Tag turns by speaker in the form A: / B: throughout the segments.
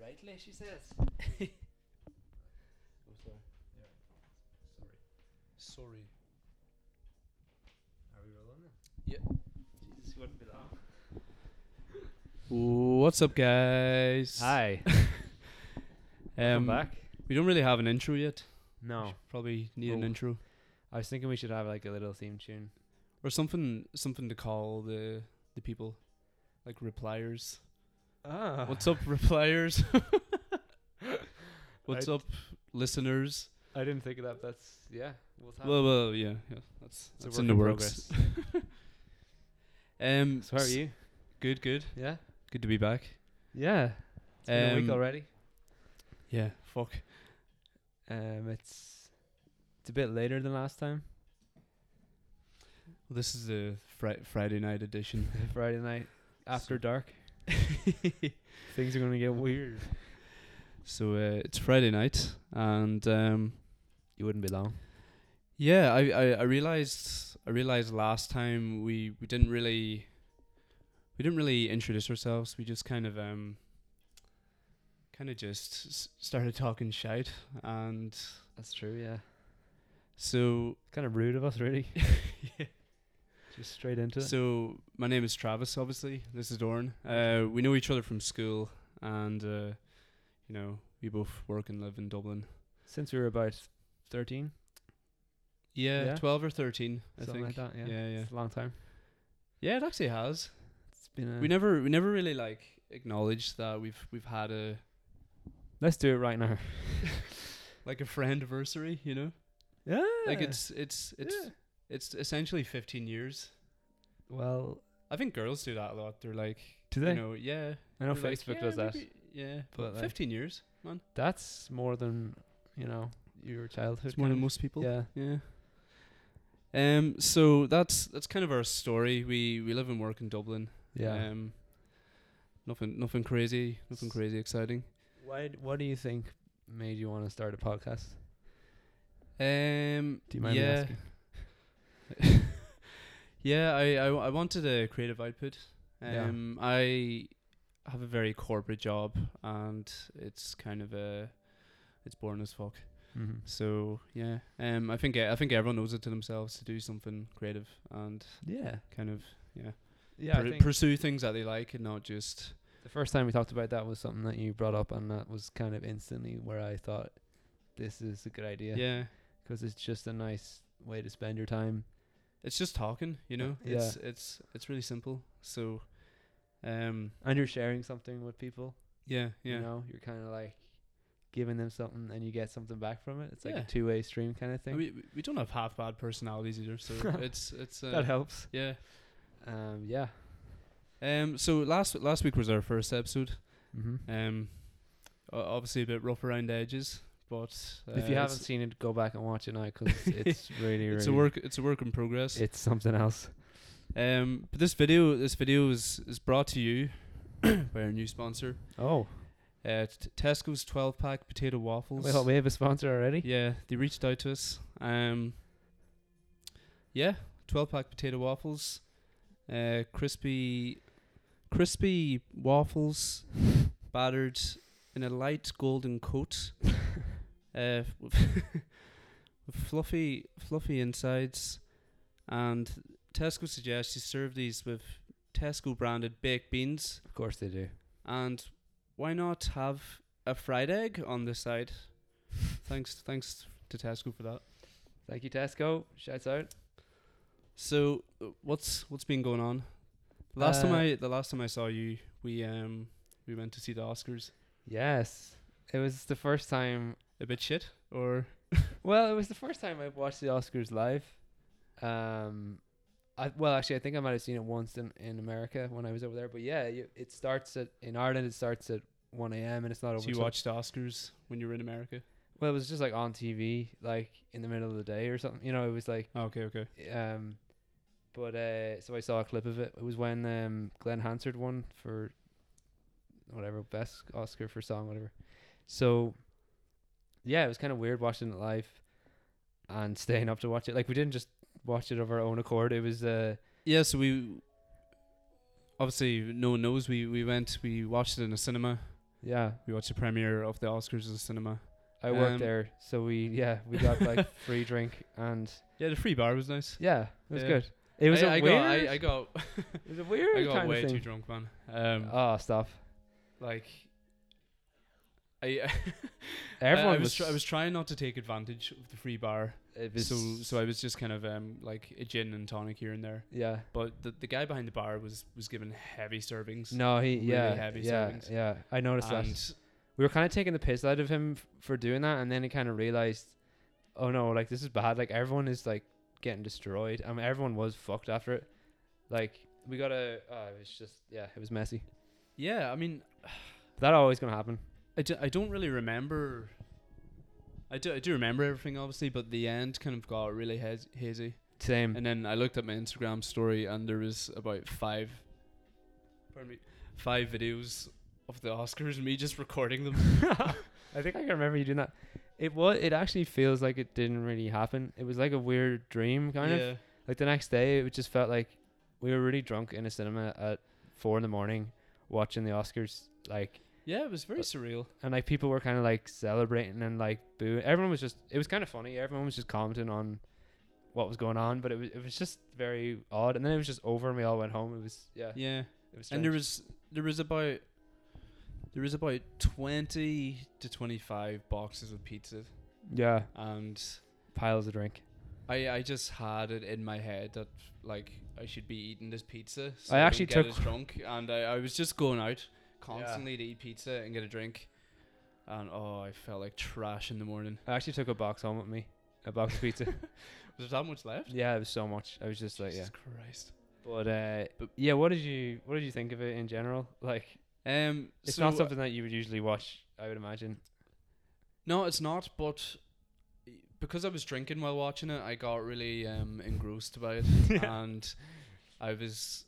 A: rightly, she says. oh, sorry.
B: Yeah. Sorry.
A: Sorry.
B: Are we rolling now?
A: Yeah. Jesus, you wouldn't be long.
C: What's up, guys?
B: Hi.
C: Um,
B: I'm back.
C: We don't really have an intro yet. We
B: No.
C: should probably need an
B: Oh.
C: intro
B: I was thinking we should have like a little theme tune.
C: or something, something to call the the people, like repliers.
B: Ah.
C: What's up, repliers? What's
B: I-
C: up, listeners?
B: I didn't think of that. That's yeah. We'll have
C: Well, well, yeah, yeah. That's
B: It's a
C: that's
B: work
C: in the
B: in
C: works. um,
B: So how are
C: s-
B: you?
C: Good, good,
B: Yeah.
C: good to be back.
B: Yeah. It's been a week
C: Um,
B: already.
C: Yeah, fuck.
B: Um, it's it's a bit later than last time.
C: This is the fri- Friday night edition.
B: Friday night after
C: So-
B: dark. Things are gonna get weird.
C: So uh, it's Friday night, and um,
B: You wouldn't be long.
C: yeah, I, I, I realized I realized last time we, we didn't really we didn't really introduce ourselves. We just kind of um kind of just s- started talking shite, and
B: That's true. Yeah.
C: so
B: Kind of rude of us, really. Just straight into it.
C: so my name is Travis. Obviously, this is Doran. Uh, we know each other from school, and uh, you know we both work and live in Dublin.
B: Since we were about thirteen,
C: Yeah,
B: Yeah.
C: twelve or thirteen, I
B: something
C: think.
B: like that. Yeah.
C: yeah, yeah.
B: It's a long time.
C: Yeah, it actually has.
B: It's been. A
C: We never we never really like acknowledged that we've we've had a
B: Let's do it right now.
C: like a friend anniversary, you know?
B: Yeah.
C: Like it's it's it's
B: Yeah.
C: it's essentially 15 years.
B: well.
C: I think girls do that a lot. They're like
B: Do
C: You
B: they?
C: know, yeah.
B: I know
C: they're like,
B: Facebook
C: "Yeah,
B: does that.
C: maybe- Yeah.
B: but,
C: But
B: like-
C: 15 years, man.
B: That's more than you know your childhood.
C: It's more than
B: kind
C: most people.
B: of- Yeah.
C: Yeah. Um so that's that's kind of our story. We we live and work in Dublin.
B: Yeah.
C: Um nothing nothing crazy, nothing crazy exciting.
B: Why? d- What do you think made you want to start a podcast?
C: Um
B: Do you mind me
C: yeah.
B: asking?
C: Yeah, I, I, I wanted a creative output.
B: Yeah.
C: Um, I have a very corporate job, and it's kind of a, it's boring as fuck.
B: Mhm.
C: So yeah, um, I think I think everyone owes it to themselves to do something creative and
B: Yeah.
C: kind of yeah,
B: Yeah. I
C: pur-
B: think
C: pursue things that they like and not just
B: the first time we talked about that was something that you brought up, and that was kind of instantly where I thought this is a good idea.
C: yeah.
B: Because it's just a nice way to spend your time.
C: It's just talking, you know.
B: Yeah.
C: It's it's it's really simple. So, um,
B: And you're sharing something with people.
C: yeah, yeah.
B: You know, you're kind of like giving them something and you get something back from it. It's like
C: Yeah.
B: a two way stream kind of
C: I
B: thing.
C: mean, we we don't have half bad personalities either, so it's it's uh,
B: that helps.
C: yeah.
B: Um, yeah.
C: Um. So last last week was our first episode.
B: Mm-hmm.
C: Um. o- Obviously a bit rough around the edges, but uh,
B: if you haven't
C: it's,
B: seen it, go back and watch it now because it's really, really.
C: it's a work it's a work in progress.
B: It's something else.
C: Um. But this video this video is is brought to you by our new sponsor,
B: Oh,
C: uh, t- Tesco's twelve pack potato waffles.
B: we, we have a sponsor already.
C: Yeah, they reached out to us. Um. Yeah, twelve pack potato waffles, uh, crispy, crispy waffles, battered in a light golden coat, uh, with, with fluffy, fluffy insides, and Tesco suggests you serve these with Tesco branded baked beans,
B: Of course they do.
C: and why not have a fried egg on the side? thanks, thanks to Tesco for that.
B: Thank you, Tesco. Shouts out.
C: So uh, what's what's been going on? The Last time
B: Uh,
C: I the last time I saw you, we um we went to see the Oscars.
B: Yes, it was the first time.
C: A bit shit or
B: Well, it was the first time I watched the Oscars live. Um, I well actually I think I might have seen it once in, in America when I was over there. But yeah, you, it starts at in Ireland. It starts at one a.m. and it's not over.
C: so you
B: till-
C: watched the Oscars when you were in America?
B: Well, it was just like on TV, like in the middle of the day or something. You know, it was like.
C: Oh, okay, okay.
B: Um, but uh, so I saw a clip of it. It was when um Glenn Hansard won for whatever best Oscar for song, whatever. So yeah, it was kind of weird watching it live and staying up to watch it. Like we didn't just watch it of our own accord. It was uh
C: Yeah, so we obviously no one knows we we went we watched it in a cinema.
B: Yeah,
C: We watched the premiere of the Oscars at the cinema.
B: I worked
C: Um,
B: there, so we yeah we got like free drink and
C: Yeah, the free bar was nice.
B: yeah it was
C: Yeah.
B: good. It was a
C: I, I
B: weird.
C: got I, I got
B: it was a weird
C: I got
B: kind
C: way
B: of
C: too
B: thing.
C: drunk, man. Um,
B: Ah, stop.
C: like I
B: Everyone
C: I, I was
B: was.
C: try I was trying not to take advantage of the free bar,
B: it was
C: so so I was just kind of um like a gin and tonic here and there.
B: yeah.
C: But the the guy behind the bar was was given heavy servings.
B: No, he yeah
C: heavy
B: yeah
C: servings.
B: yeah. I noticed that.
C: and
B: we were kind of taking the piss out of him f- for doing that, and then he kind of realized, oh no, like this is bad. Like everyone is like getting destroyed. I mean, everyone was fucked after it. Like we got a, uh, it was just yeah, it was messy.
C: yeah, I mean,
B: That always gonna happen.
C: I, d- I don't really remember. I do I do remember everything obviously, but the end kind of got really haz- hazy.
B: Same.
C: And then I looked at my Instagram story, and there was about five, pardon me, five videos of the Oscars, and me just recording them.
B: I think I can remember you doing that. It was. It actually feels like it didn't really happen. It was like a weird dream kind of. Like the next day, it just felt like we were really drunk in a cinema at four in the morning watching the Oscars. Like
C: Yeah, it was very
B: But-
C: surreal.
B: and like people were kind of like celebrating and like booing. Everyone was just it was kind of funny. Everyone was just commenting on what was going on, but it was it was just very odd. And then it was just over, and we all went home. It was yeah,
C: Yeah,
B: it was.
C: and there
B: strange.
C: was there was about there was about twenty to twenty five boxes of pizza,
B: yeah
C: and
B: piles of drink.
C: I I just had it in my head that like I should be eating this pizza. So
B: I
C: don't
B: actually
C: get
B: took-
C: as drunk, and I, I was just going out constantly to eat pizza and get a drink, and oh, I felt like trash in the morning.
B: I actually took a box home with me, a box of pizza.
C: Was there that much left?
B: yeah, it was so much. I was just like yeah,
C: Jesus Christ.
B: but uh,
C: But-
B: yeah. What did you what did you think of it in general? Like
C: Um,
B: it's
C: so-
B: not something that you would usually watch. I would imagine.
C: No, it's not. But because I was drinking while watching it, I got really um, engrossed by it,
B: Yeah.
C: and I was,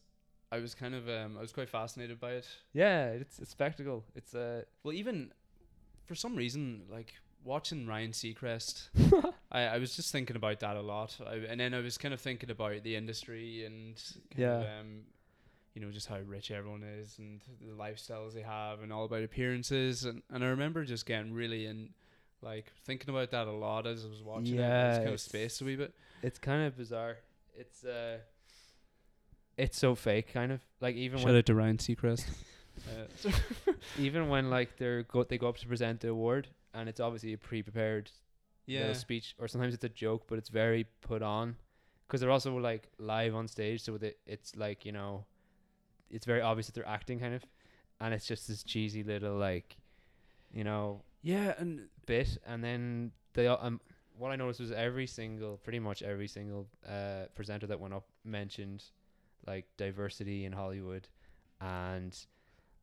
C: I was kind of, um, I was quite fascinated by it.
B: Yeah, it's a spectacle. It's uh, a
C: Well, even for some reason, like watching Ryan Seacrest, I, I was just thinking about that a lot, I, and then I was kind of thinking about the industry and kind
B: Yeah.
C: of, um, you know, just how rich everyone is and the lifestyles they have, and all about appearances, and, and I remember just getting really in, like thinking about that a lot as I was watching it. I was kind
B: Yeah,
C: of spaced a
B: it's-
C: wee bit.
B: It's kind of bizarre. It's uh, it's so fake, kind of like even
C: Shout
B: when
C: out to Ryan Seacrest. uh,
B: even when like they're go they go up to present the award and it's obviously a pre-prepared
C: yeah,
B: little speech or sometimes it's a joke, but it's very put on because they're also like live on stage, so they, it's like you know, it's very obvious that they're acting kind of, and it's just this cheesy little like, you know,
C: yeah, and
B: bit and then they all- um what I noticed was every single pretty much every single uh presenter that went up mentioned like diversity in Hollywood and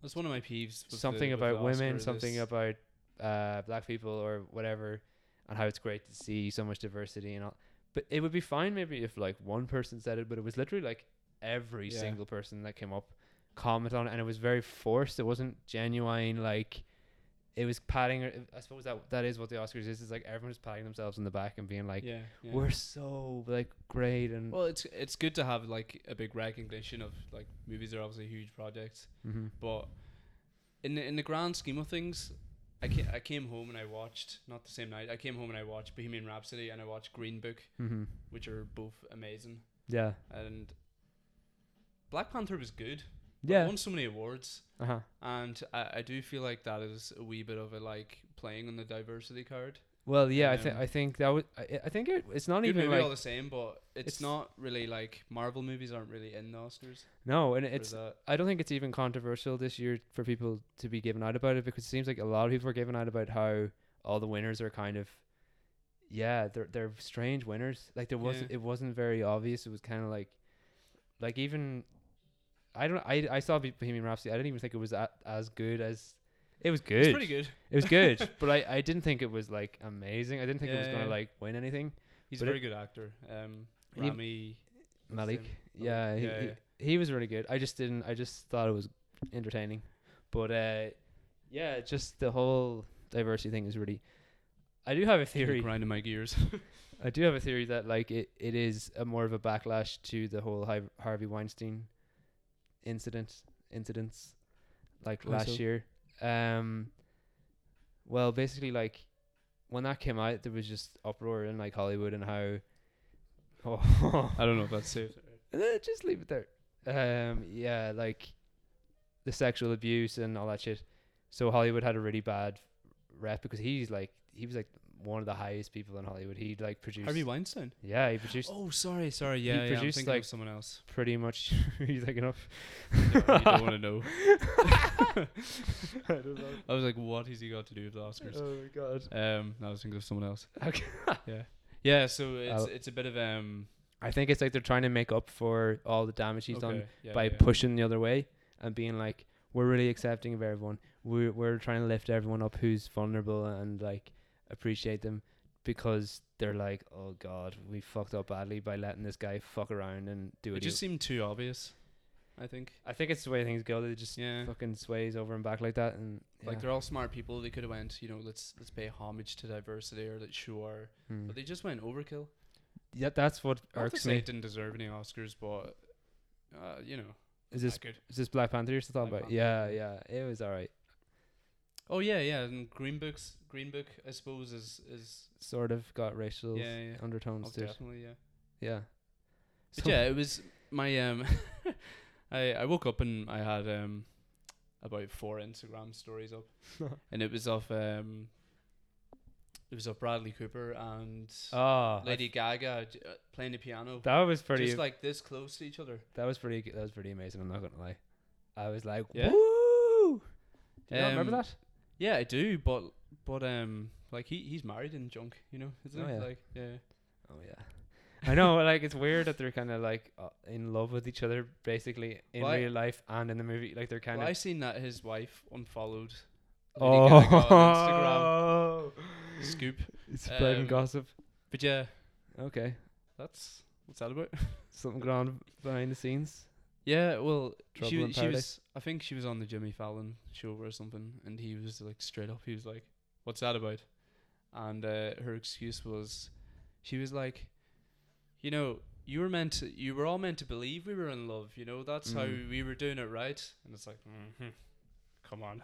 C: that's one of my peeves. with the-
B: something
C: with the
B: about women,
C: Oscar,
B: something
C: this-
B: about uh black people or whatever and how it's great to see so much diversity and all but it would be fine maybe if like one person said it but it was literally like every
C: Yeah.
B: single person that came up comment on it and it was very forced it wasn't genuine like it was patting i suppose that that is what the oscars is is like everyone's patting themselves on the back and being like
C: yeah, yeah.
B: we're so like great and
C: Well, it's it's good to have like a big recognition of like movies are obviously huge projects,
B: Mhm.
C: but in the, in the grand scheme of things, I came, I came home and I watched not the same night. I came home and I watched Bohemian Rhapsody and I watched Green Book,
B: Mhm.
C: which are both amazing.
B: yeah
C: And Black Panther was good. but it
B: yeah
C: won so many awards,
B: uh-huh
C: and I, I do feel like that is a wee bit of a like playing on the diversity card.
B: well yeah i think
C: Um,
B: i think that was i, I think it, it's not
C: Good
B: even
C: movie
B: like
C: all the same, but it's,
B: it's-
C: not really like Marvel movies aren't really in the Oscars.
B: no and
C: for
B: it's
C: that.
B: I don't think it's even controversial this year for people to be giving out about it because it seems like a lot of people are giving out about how all the winners are kind of yeah, they're they're strange winners. Like there wasn't
C: Yeah.
B: it wasn't very obvious. It was kind of like like even I don't I I saw Bo- Bohemian Rhapsody. I didn't even think it was a, as good as it was good.
C: It's pretty good.
B: It was good, but I I didn't think it was like amazing. I didn't think it was
C: Yeah,
B: going to
C: yeah.
B: like win anything.
C: He's
B: But
C: a
B: it-
C: very good actor. Um,
B: And he-
C: Rami what's his
B: Malik.
C: name?
B: Yeah, he,
C: Oh, Yeah,
B: he,
C: yeah.
B: he was really good. I just didn't. I just thought it was entertaining, but uh, yeah, just the whole diversity thing is really. I do have a theory.
C: grinding my gears.
B: I do have a theory that like it, it is a more of a backlash to the whole Hi- Harvey Weinstein incident incidents like
C: How
B: last
C: so?
B: year. Um, well, basically, like when that came out, there was just uproar in like Hollywood and how. Oh,
C: I don't know if that's safe.
B: Eh, just leave it there. Um, yeah, like the sexual abuse and all that shit. So Hollywood had a really bad rep because he's like he was like one of the highest people in Hollywood. He like produced.
C: Harvey Weinstein.
B: yeah, he produced
C: Oh, sorry, sorry. Yeah, yeah I'm
B: produced,
C: thinking
B: like-
C: of someone else.
B: pretty much. he's like enough.
C: No, you don't want to know.
B: I don't know.
C: I was like, what has he got to do with the Oscars?
B: Oh my god.
C: Um, no, I was thinking of someone else.
B: Okay.
C: yeah, yeah. So it's
B: I'll-
C: it's a bit of um.
B: I think it's like they're trying to make up for all the damage he's done
C: okay, yeah,
B: by
C: yeah.
B: pushing the other way and being like, we're really accepting of everyone. We're we're trying to lift everyone up who's vulnerable and like appreciate them because they're like, oh god, we fucked up badly by letting this guy fuck around and do
C: It
B: it.
C: just seemed too obvious. I think.
B: I think it's the way things go. They just
C: Yeah.
B: fucking sways over and back like that, and
C: Like
B: yeah.
C: they're all smart people. They could have went, you know, let's let's pay homage to diversity or let's show our.
B: Hmm.
C: But they just went overkill.
B: yeah, that's what
C: Not to
B: irks
C: say
B: me.
C: it didn't deserve any Oscars, but uh, you know,
B: Is this
C: I could.
B: is this Black Panther you're still talking
C: Black
B: about? Yeah,
C: Panther,
B: yeah, it was alright,
C: Oh yeah, yeah. And Green Book's Green Book, I suppose, is is
B: sort of got racial
C: Yeah, yeah.
B: undertones
C: oh,
B: to it.
C: definitely yeah.
B: Yeah.
C: But
B: So-
C: yeah, it was my um, I I woke up and I had um, about four Instagram stories up, and it was of um, it was of Bradley Cooper and
B: Ah, I-
C: Lady Gaga j- uh, playing the piano,
B: that was pretty.
C: just like this close to each other.
B: that was pretty. g- That was pretty amazing. I'm not gonna lie. I was like,
C: Yeah?
B: woo! Do you not remember
C: Um,
B: that?
C: Yeah, I do, but but um, like he he's married and junk, you know, isn't
B: Oh,
C: he?
B: yeah.
C: Like yeah.
B: Oh yeah. I know. Like it's weird that they're kind of like uh, in love with each other, basically in
C: Well, I-
B: real life and in the movie. Like they're kind
C: Well, I
B: of.
C: seen that his wife unfollowed. Lady Gaga on
B: Oh.
C: Instagram scoop,
B: Spreading
C: Um,
B: gossip.
C: but yeah,
B: Okay,
C: that's what's that about?
B: something going on behind the scenes.
C: Yeah, well,
B: Trouble
C: she,
B: in
C: wa- she
B: Paradise.
C: was. I think she was on the Jimmy Fallon show or something, and he was like straight up. He was like, "What's that about?" And uh, her excuse was, she was like, "You know, you were meant. To, you were all meant to believe we were in love. You know, that's
B: Mm.
C: how we were doing it, right?" And it's like, hmm "Come on."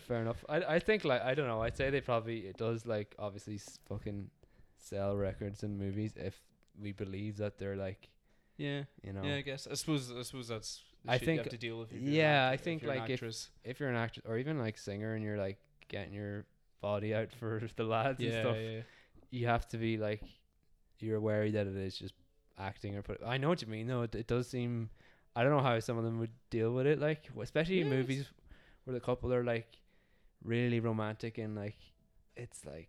B: Fair enough. I I think like I don't know. I'd say they probably it does like obviously s- fucking sell records and movies if we believe that they're like
C: Yeah,
B: you know
C: yeah. I guess. I suppose. I suppose that's. the
B: I
C: shit you
B: think-
C: have to deal with. if you're an
B: yeah,
C: act-
B: I
C: if
B: think,
C: you're an
B: like, if-
C: actress.
B: if you're an actor or even like singer and you're like getting your body out for the lads and
C: yeah,
B: stuff,
C: yeah.
B: you have to be like you're wary that it is just acting or put. I know what you mean though. It, it does seem. I don't know how some of them would deal with it, like w- especially in
C: Yeah, it's-
B: movies where the couple are like really romantic and like it's like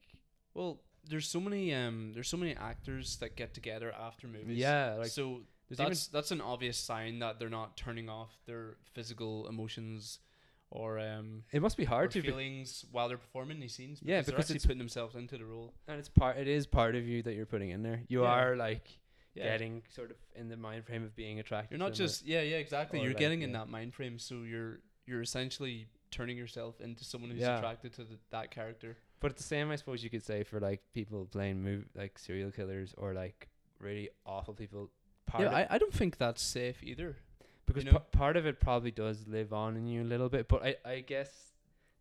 C: Well, there's so many. Um, there's so many actors that get together after movies.
B: yeah, like
C: so
B: there's even
C: that's that's an obvious sign that they're not turning off their physical emotions or um
B: It must be
C: or
B: hard to, be,
C: feelings while they're performing these scenes.
B: Yeah,
C: they're
B: because
C: actually
B: it's-
C: putting themselves into the role.
B: and it's part. It is part of you that you're putting in there. You
C: Yeah.
B: are like
C: Yeah,
B: getting sort of in the mind frame of being attracted.
C: you're
B: to
C: not
B: them,
C: just yeah yeah exactly.
B: or
C: You're
B: like,
C: getting in
B: yeah.
C: that mind frame, so you're you're essentially turning yourself into someone who's
B: Yeah.
C: attracted to the, that character.
B: uh, But it's the same, I suppose you could say for like people playing move like serial killers or like really awful people. Part of,
C: I don't think that's safe either.
B: because
C: know-
B: pa- part of it probably does live on in you a little bit. But I, I guess,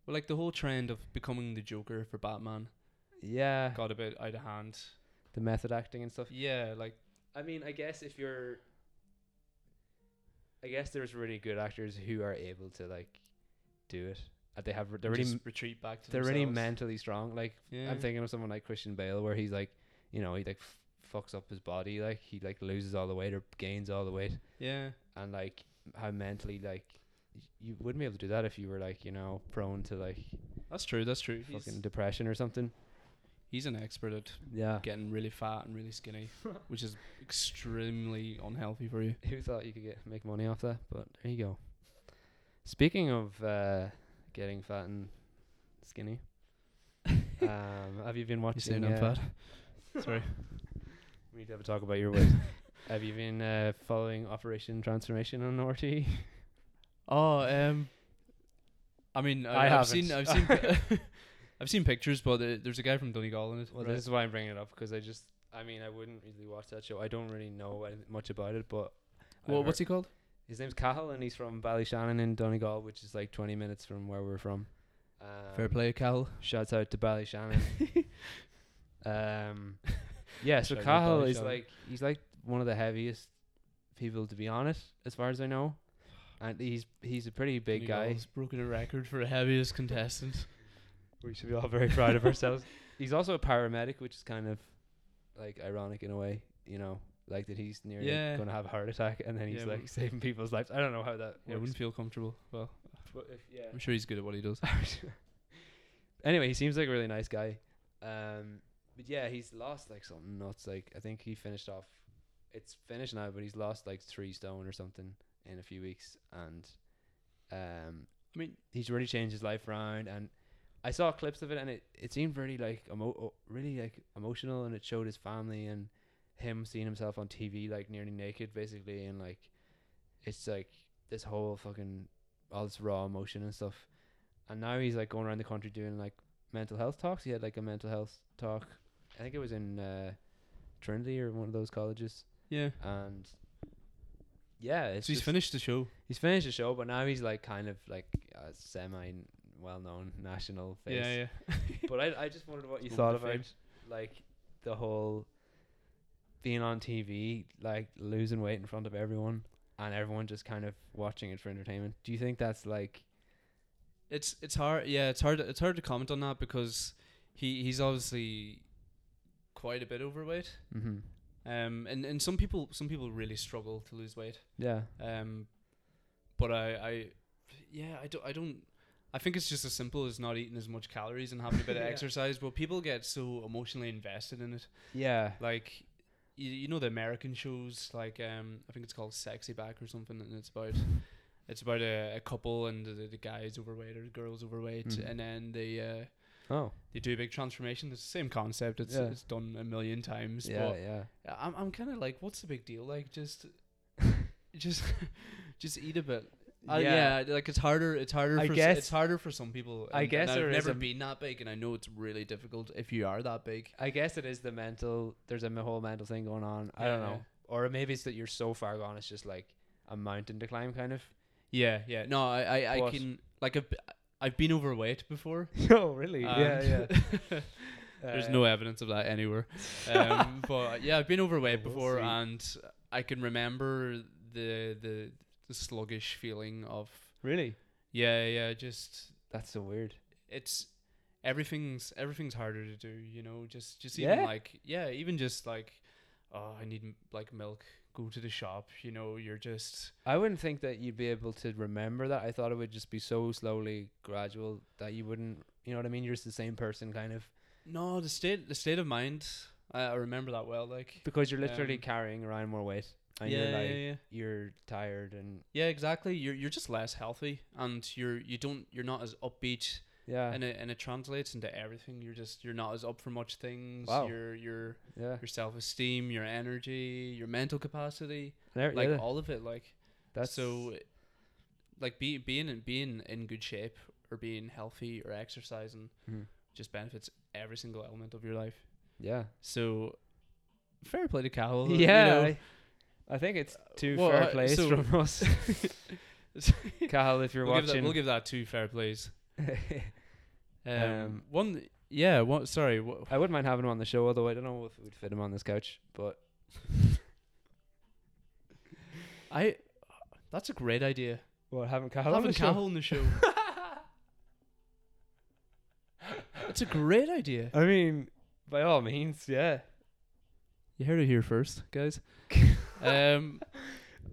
C: Well, like the whole trend of becoming the Joker for Batman
B: yeah,
C: got a bit out of hand.
B: the method acting and stuff.
C: Yeah, like
B: I mean, I guess if you're, I guess there's really good actors who are able to like do it. Uh, They have they're really
C: just
B: m-
C: retreat back to
B: they're really
C: themselves.
B: mentally strong. Like
C: Yeah.
B: I'm thinking of someone like Christian Bale, where he's like, you know, he like f- fucks up his body, like he like loses all the weight or gains all the weight,
C: Yeah.
B: and like how mentally like y- you wouldn't be able to do that if you were like you know prone to like
C: That's true. That's true. He's-
B: fucking depression or something.
C: He's an expert at
B: Yeah.
C: getting really fat and really skinny, which is extremely unhealthy for you.
B: Who thought you could get make money off that? But there you go. Speaking of uh, getting fat and skinny, um, have you been watching?
C: You saying I'm
B: uh,
C: fat? Sorry.
B: We need to have a talk about your weight. have you been uh, following Operation Transformation on RT?
C: Oh, um, I mean,
B: I
C: I, have
B: haven't.
C: seen, I've seen, pi- I've seen pictures, but uh, there's a guy from Donegal in it.
B: Well,
C: right?
B: this is why I'm bringing it up because I just, I mean, I wouldn't really watch that show. I don't really know any- much about it, but I
C: Well,
B: heard-
C: what's he called?
B: his name's Cahill and he's from Ballyshannon in Donegal, which is like 20 minutes from where we're from. Um,
C: Fair play, Cal.
B: Shouts out to Ballyshannon. um, yeah, so
C: Shout out
B: Cahill is
C: Ballyshannon.
B: like he's like one of the heaviest people to be honest, as far as I know, and he's he's a pretty big guy.
C: He's broken a record for heaviest contestant.
B: We should be all very proud of ourselves. He's also a paramedic, which is kind of like ironic in a way, you know, like that he's nearly
C: Yeah.
B: going to have a heart attack and then he's
C: Yeah,
B: like
C: wouldn't-
B: saving people's lives. I don't know how that
C: Yeah, I
B: works.
C: wouldn't feel comfortable. Well,
B: but if- yeah.
C: I'm sure he's good at what he does.
B: anyway, he seems like a really nice guy. Um, but yeah, he's lost like something nuts. Like I think he finished off. It's finished now, but he's lost like three stone or something in a few weeks, and um,
C: I mean,
B: he's really changed his life around. And I saw clips of it, and it it seemed really like emo- o- really like emotional, and it showed his family and him seeing himself on TV like nearly naked, basically, and like it's like this whole fucking all this raw emotion and stuff. And now he's like going around the country doing like mental health talks. He had like a mental health talk. I think it was in uh, Trinity or one of those colleges.
C: yeah.
B: And yeah, it's
C: so he's
B: just-
C: finished the show.
B: He's finished the show, but now he's like kind of like a semi well known national face.
C: Yeah, yeah.
B: But I I just wondered what you
C: Moment
B: thought
C: of
B: about
C: fame.
B: like the whole being on TV, like losing weight in front of everyone and everyone just kind of watching it for entertainment. Do you think that's like
C: It's it's hard. Yeah, it's hard. It's hard to comment on that because he he's obviously quite a bit overweight.
B: mm-hmm.
C: Um, and and some people some people really struggle to lose weight.
B: Yeah.
C: Um, but I I yeah I don't I don't. I think it's just as simple as not eating as much calories and having a bit of
B: Yeah.
C: exercise. But people get so emotionally invested in it.
B: Yeah.
C: like you, you know the American shows like um I think it's called Sexy Back or something and it's about it's about a, a couple and the, the guy's overweight or the girl's overweight
B: Mm.
C: and then they uh,
B: Oh.
C: they do a big transformation it's the same concept it's
B: Yeah.
C: it's done a million times
B: Yeah, yeah.
C: but I'm I'm kind of like what's the big deal like just just just eat a bit uh, yeah. like it's harder. It's harder.
B: I
C: for s-
B: guess-
C: it's harder for some people.
B: I
C: and-
B: guess
C: and
B: there
C: I've
B: is
C: never
B: a-
C: been that big, and I know it's really difficult if you are that big.
B: I guess it is the mental there's a m- whole mental thing going on. I
C: Yeah,
B: don't know.
C: yeah.
B: Or maybe it's that you're so far gone it's just like a mountain to climb kind of.
C: Yeah, yeah. No, I, I, I
B: But-
C: can like I've, I've been overweight before.
B: oh, really?
C: and
B: Uh,
C: There's no evidence of that anywhere. Um, but yeah, I've been overweight
B: Well, we'll
C: before,
B: see.
C: and I can remember the the the sluggish feeling of
B: Really?
C: yeah, yeah. Just
B: That's so weird.
C: it's everything's everything's harder to do. You know, just just even
B: Yeah?
C: like yeah, even just like oh, I need m- like milk. Go to the shop. You know, you're just
B: I wouldn't think that you'd be able to remember that. I thought it would just be so slowly gradual that you wouldn't, you know what I mean? You're just the same person kind of
C: no the state the state of mind. I, I remember that well. Like
B: because you're literally
C: Um,
B: carrying around more weight and you're like
C: yeah.
B: you're tired and
C: Yeah, exactly. You're you're just less healthy, and you're you don't you're not as upbeat,
B: yeah.
C: and it and it translates into everything. You're just you're not as up for much things.
B: Wow.
C: Your your
B: yeah.
C: your self esteem, your energy, your mental capacity,
B: There-
C: like
B: yeah,
C: all of it. Like
B: that's
C: so, like be, being in being in good shape or being healthy or exercising
B: Mhm.
C: just benefits every single element of your life.
B: yeah.
C: So, fair play to Cahill. you
B: Yeah,
C: know. Uh,
B: I, I think it's two
C: well,
B: fair
C: I-
B: plays
C: so-
B: from us. Cal, if you're
C: we'll, give that,
B: watching,
C: we'll give that two fair plays. Um,
B: Um,
C: one, yeah, one. Sorry, wha-
B: I wouldn't mind having him on the show, although I don't know if we'd fit him on this couch. But
C: I. That's a great idea.
B: well, having Cal on
C: Having
B: the show,
C: Cahill on the show. That's a great idea.
B: I mean, by all means, yeah.
C: You heard it here first, guys. um,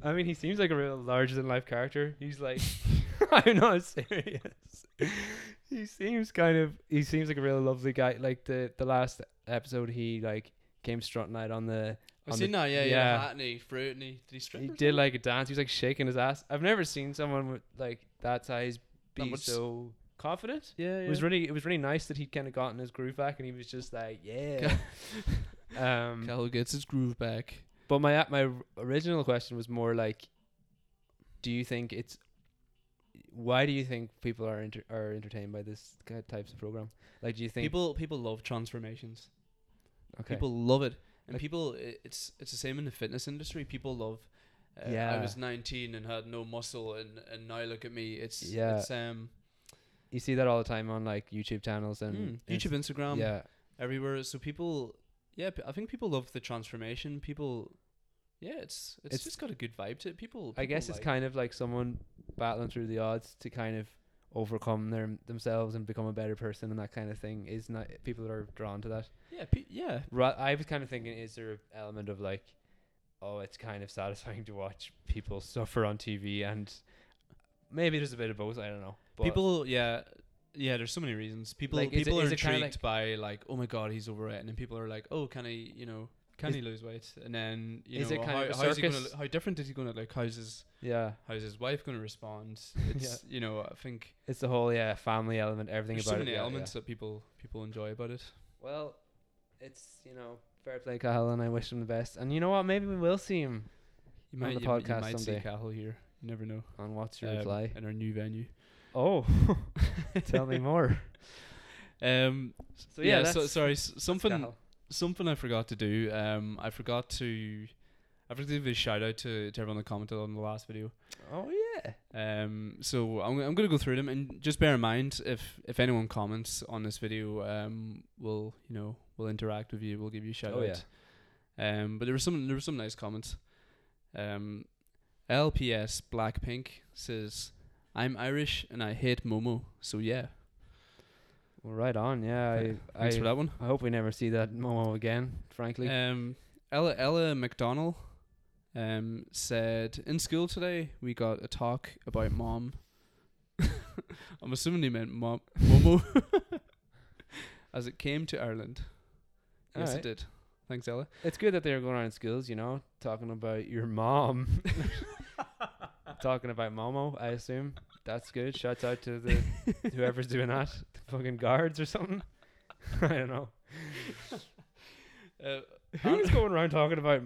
B: I mean, he seems like a real larger than life character. He's like, I'm not serious. he seems kind of, he seems like a real lovely guy. Like the the last episode, he like came strutting out on the,
C: I've
B: On
C: seen
B: the-
C: that. Yeah, yeah.
B: yeah.
C: Hatney, Fruitney. Did he strip?
B: he
C: or
B: did
C: something?
B: like a dance. He was like shaking his ass. I've never seen someone with like that size
C: That
B: be
C: much-
B: so confident.
C: Yeah, yeah.
B: It was really, it was really nice that he'd kind of gotten his groove back, and he was just like, yeah. um,
C: Cahill gets his groove back.
B: But my my r- original question was more like, do you think it's why do you think people are enter, are entertained by this ki- types of program? Like, do you think
C: People, people love transformations.
B: okay.
C: People love it, and
B: Like-
C: people i- it's it's the same in the fitness industry. People love. Uh, I
B: Yeah.
C: was 19 and had no muscle, and and now look at me. It's
B: Yeah.
C: it's um,
B: you see that all the time on like YouTube channels and
C: Hmm, YouTube, Instagram,
B: yeah,
C: everywhere. So people, yeah, p- I think people love the transformation. People, yeah, it's it's,
B: It's-
C: just got a good vibe to it. People,
B: I
C: people
B: guess it's
C: like-
B: kind of like someone battling through the odds to kind of overcome their themselves and become a better person and that kind of thing. Is not people are drawn to that.
C: yeah, pe- yeah,
B: Ra- I was kind of thinking, is there an element of like, oh, it's kind of satisfying to watch people suffer on TV, and maybe there's a bit of both. I don't know. But
C: people, yeah. Yeah, there's so many reasons. People
B: Like, is it-
C: people
B: is
C: are
B: it kinda
C: intrigued by like, oh my god, he's overweight, and then people are like, oh, can he, you know, can
B: Is-
C: he lose weight? And then you
B: Is
C: know,
B: it kind
C: how,
B: of a
C: how's he gonna,
B: circus?
C: lo- how different is he going to look? How's his
B: yeah,
C: how's his wife going to respond? It's you know, I think
B: it's the whole yeah family element, everything
C: there's so
B: about it.
C: many
B: yeah,
C: elements
B: yeah.
C: that people people enjoy about it.
B: Well, it's you know fair play, Cahill, and I wish him the best. And you know what? Maybe we will see him
C: You
B: On
C: might
B: the
C: you, you
B: podcast
C: might
B: someday.
C: see Cahill here. You never know.
B: on What's Your
C: Um,
B: Reply.
C: in our new venue.
B: Oh, tell me more.
C: Um,
B: So yeah,
C: so,
B: that's-
C: sorry, s- something
B: Cahill.
C: something I forgot to do. Um, I forgot to I forgot to give a shout out to, to everyone that commented on the last video.
B: Oh yeah.
C: Um, so I'm, I'm gonna go through them and just bear in mind if if anyone comments on this video, um, we'll you know we'll interact with you. We'll give you a shout
B: Oh,
C: out.
B: yeah.
C: Um, but there were some there were some nice comments. Um, LPS Blackpink says, "I'm Irish and I hate Momo." So yeah,
B: Well, right on. Yeah, I I,
C: thanks for that one.
B: I hope we never see that Momo again. Frankly.
C: Um, Ella Ella McDonnell um, said in school today we got a talk about mom. I'm assuming he meant mom Momo as it came to Ireland. Yes,
B: Alright.
C: it did. Thanks, Ella.
B: It's good that they were going around in schools, you know, talking about your mom, talking about Momo. I assume that's good. Shouts out to the whoever's doing that, the fucking guards or something. I don't know.
C: Uh,
B: Who's going around talking about?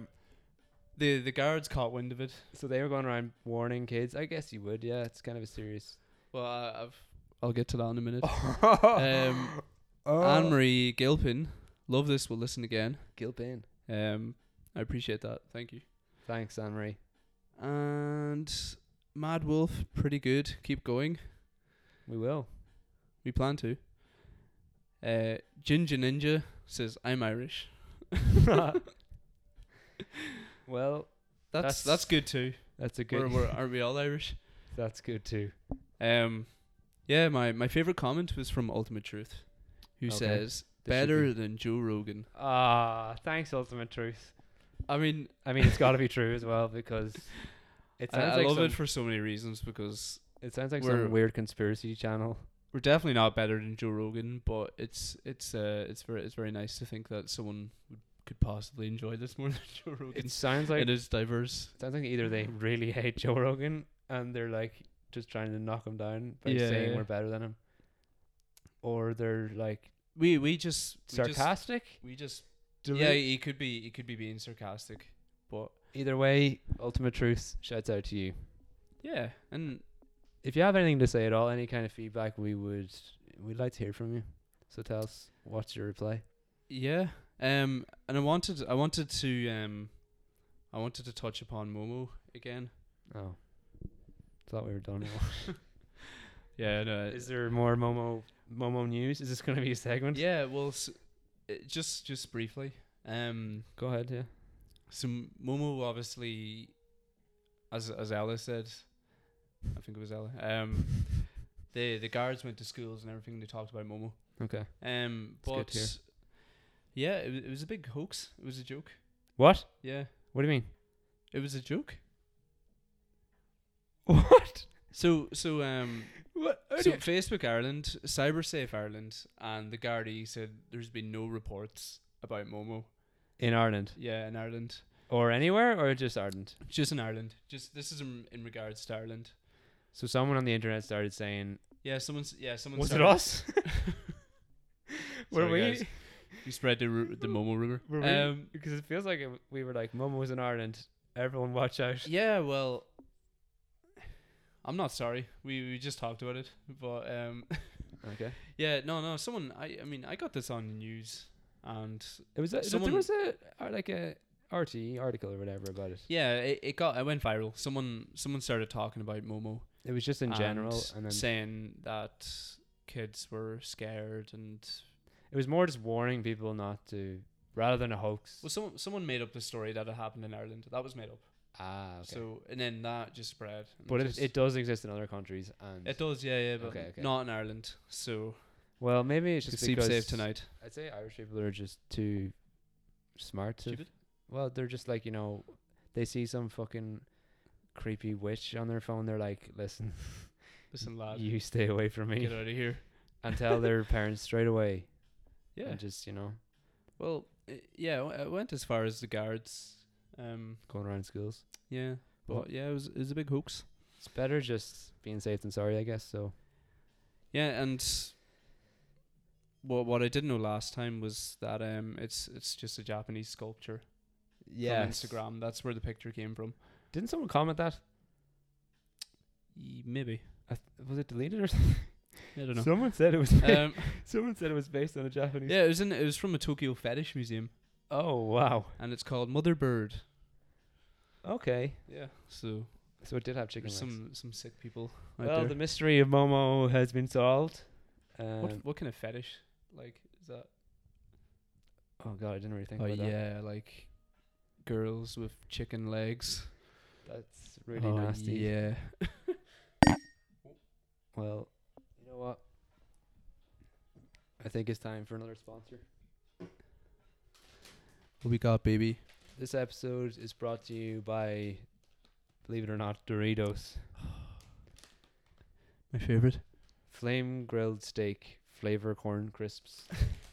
C: the the guards caught wind of it.
B: So they were going around warning kids. I guess you would. Yeah, it's kind of a serious.
C: Well, I, I've I'll get to that in a minute.
B: um,
C: Anne Marie Gilpin, love this. We'll listen again.
B: Gilpin.
C: Um, I appreciate that. Thank you.
B: Thanks, Anne Marie.
C: And Mad Wolf, pretty good. Keep going.
B: We will.
C: We plan to. Uh, Ginger Ninja says, "I'm Irish."
B: well,
C: That's
B: That's-
C: that's good too.
B: that's a
C: We're,
B: good.
C: we're, are we all Irish?
B: that's good too.
C: Um, yeah. My my favorite comment was from Ultimate Truth, who
B: Okay.
C: says,
B: should
C: "Better
B: be-
C: than Joe Rogan."
B: Ah, thanks, Ultimate Truth.
C: I mean,
B: I mean, it's got to be true as well because it
C: I,
B: sounds
C: I
B: like
C: love
B: some,
C: it for so many reasons because
B: it sounds like
C: we're-
B: some weird conspiracy channel.
C: we're definitely not better than Joe Rogan, but it's it's uh it's very it's very nice to think that someone would, could possibly enjoy this more than Joe Rogan.
B: It sounds like
C: it
B: it
C: is diverse.
B: sounds like either they really hate Joe Rogan and they're like just trying to knock him down by
C: Yeah,
B: saying
C: yeah.
B: we're better than him, or they're like
C: We we just
B: sarcastic.
C: We just,
B: Do
C: yeah,
B: it.
C: he could be he could be being sarcastic, but
B: e-, Either way, Ultimate Truth shouts out to you.
C: yeah, and
B: If you have anything to say at all, any kind of feedback, we would we'd like to hear from you. So tell us what's your reply.
C: yeah, um, and I wanted I wanted to um, I wanted to touch upon Momo again.
B: Oh, thought we were done.
C: Yeah, no,
B: Is there more Momo Momo news? Is this going to be a segment?
C: yeah, well, s uh, just just briefly, um,
B: Go ahead. Yeah.
C: so Momo obviously, as as Ella said, I think it was Ella. Um, the the guards went to schools and everything. and They talked about Momo.
B: Okay.
C: Um,
B: It's good
C: but
B: to hear.
C: yeah, it, wa- it was a big hoax. It was a joke.
B: What?
C: Yeah,
B: What do you mean?
C: it was a joke.
B: What?
C: So so um
B: What?
C: so Facebook Ireland, CyberSafe Ireland, and the Gardaí said there's been no reports about Momo.
B: In Ireland
C: Yeah, in Ireland,
B: or anywhere or just Ireland?
C: just in Ireland. Just this is in, in regards to Ireland.
B: So someone on the internet started saying,
C: Yeah, someone's yeah someone.
B: "Was it
C: started-
B: us? Were
C: Sorry,
B: we?
C: guys. You spread the ru- the Momo rumor.
B: Were we?
C: Um,
B: Because it feels like it, we were like, Momo was in Ireland. Everyone, watch out."
C: yeah, well, I'm not sorry. We we just talked about it, but um,
B: Okay.
C: Yeah, no, no. Someone, I, I mean, I got this on the news, and
B: It was a,
C: Someone-
B: there was a or like a RT article or whatever about it.
C: yeah, it, it got, it went viral. Someone, someone started talking about Momo
B: It was just in general, and then
C: saying that kids were scared and
B: It was more just warning people not to, rather than a hoax.
C: well someone someone made up the story that it happened in Ireland. That was made up.
B: ah, okay.
C: So and then that just spread. and
B: but it,
C: just-
B: it does exist in other countries, and
C: it does, yeah, yeah, but
B: Okay, okay.
C: not in Ireland. So
B: well, maybe it's
C: just
B: just
C: sleep
B: because
C: safe tonight.
B: I'd say Irish people are just too smart to.
C: Stupid.
B: Well, they're just like you know, they see some fucking creepy witch on their phone. They're like, "Listen,
C: Listen, lad,
B: you stay away from
C: get
B: me,"
C: out of here.
B: and tell their parents straight away.
C: Yeah.
B: and just you know,
C: Well, uh, yeah, I I went as far as the guards. Um,
B: going around schools.
C: yeah,
B: Well-
C: but yeah, it was it was a big hoax.
B: It's better just being safe than sorry, I guess. So
C: Yeah, and what what I didn't know last time was that um, it's it's just a Japanese sculpture from Instagram. That's where the picture came from.
B: Didn't someone comment that?
C: Ye- E, Maybe
B: I th- was it deleted or something?
C: I don't know.
B: Someone said it was.
C: um,
B: someone said it was based on a Japanese.
C: yeah, it was in it was from a Tokyo fetish museum,
B: Oh wow.
C: and it's called Mother Bird.
B: Okay.
C: Yeah, so
B: So it did have chicken
C: there's
B: legs.
C: some some sick people out
B: well,
C: there.
B: the mystery of Momo has been solved. Um,
C: what what kind of fetish like is that?
B: oh god, I didn't really think
C: Oh
B: about that.
C: yeah, like girls with chicken legs.
B: That's really
C: Oh,
B: nasty.
C: Yeah.
B: Well, you know what? I think it's time for another sponsor.
C: What we got, baby?
B: This episode is brought to you by, believe it or not, Doritos
C: My favorite.
B: flame grilled steak flavor corn crisps.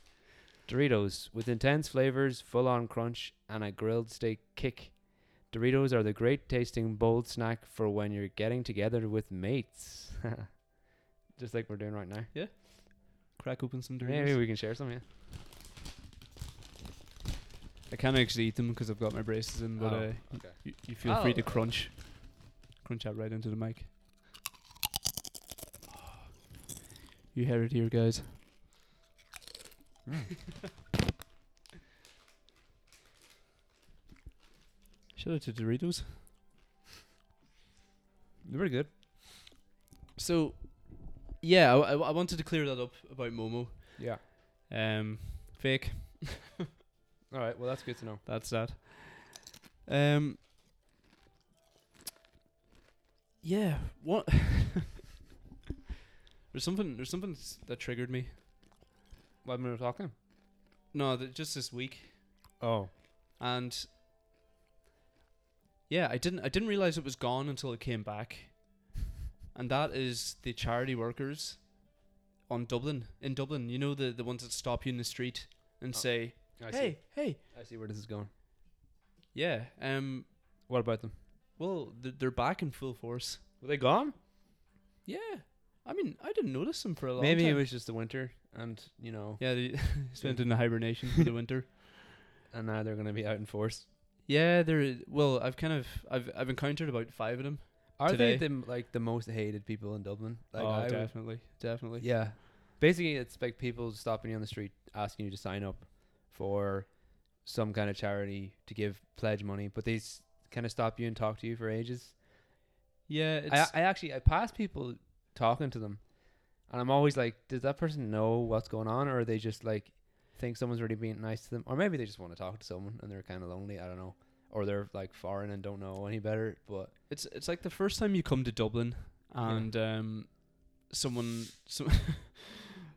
B: Doritos with intense flavors, full-on crunch, and a grilled steak kick. Doritos are the great tasting bold snack for when you're getting together with mates. Just like we're doing right now.
C: Crack open some
B: Maybe
C: Doritos.
B: we can share some, yeah.
C: I can't actually eat them because I've got my braces in, but
B: Oh,
C: uh, y-
B: okay.
C: y- you feel free
B: Oh.
C: to crunch. Crunch that right into the mic. You heard it here, guys. Shout out to Doritos.
B: They're pretty good.
C: So, yeah, I, I- I wanted to clear that up about Momo.
B: Yeah.
C: Um, fake.
B: All right. Well, that's good to know.
C: That's that. Um. Yeah. What? there's something. There's something s- that triggered me.
B: What we were talking?
C: No, that just this week,
B: Oh.
C: and yeah, I didn't. I didn't realize it was gone until it came back, and that is the charity workers on Dublin. In Dublin, you know the the ones that stop you in the street and
B: Oh,
C: say,
B: I
C: "Hey, hey,
B: see. I see where this is going.
C: yeah." Um.
B: What about them?
C: Well, th- they're back in full force.
B: Were they gone?
C: Yeah, I mean, I didn't notice them for a long
B: Maybe
C: time.
B: it was just the winter, and you know,
C: Yeah, they spent in the hibernation for the winter.
B: and now they're gonna be out in force.
C: Yeah, they're well. I've kind of I've I've encountered about five of them.
B: Are they
C: Today.
B: the, m- like the most hated people in Dublin? Like,
C: oh,
B: I would-
C: definitely, definitely.
B: yeah. Basically, it's like people stopping you on the street, asking you to sign up for some kind of charity to give pledge money, but they s- kind of stop you and talk to you for ages.
C: yeah. It's,
B: I, I actually I pass people talking to them, and I'm always like, does that person know what's going on, or are they just like think someone's really being nice to them, or maybe they just want to talk to someone and they're kind of lonely. I don't know, or they're like foreign and don't know any better. But
C: it's it's like the first time you come to Dublin
B: Yeah.
C: and um, someone some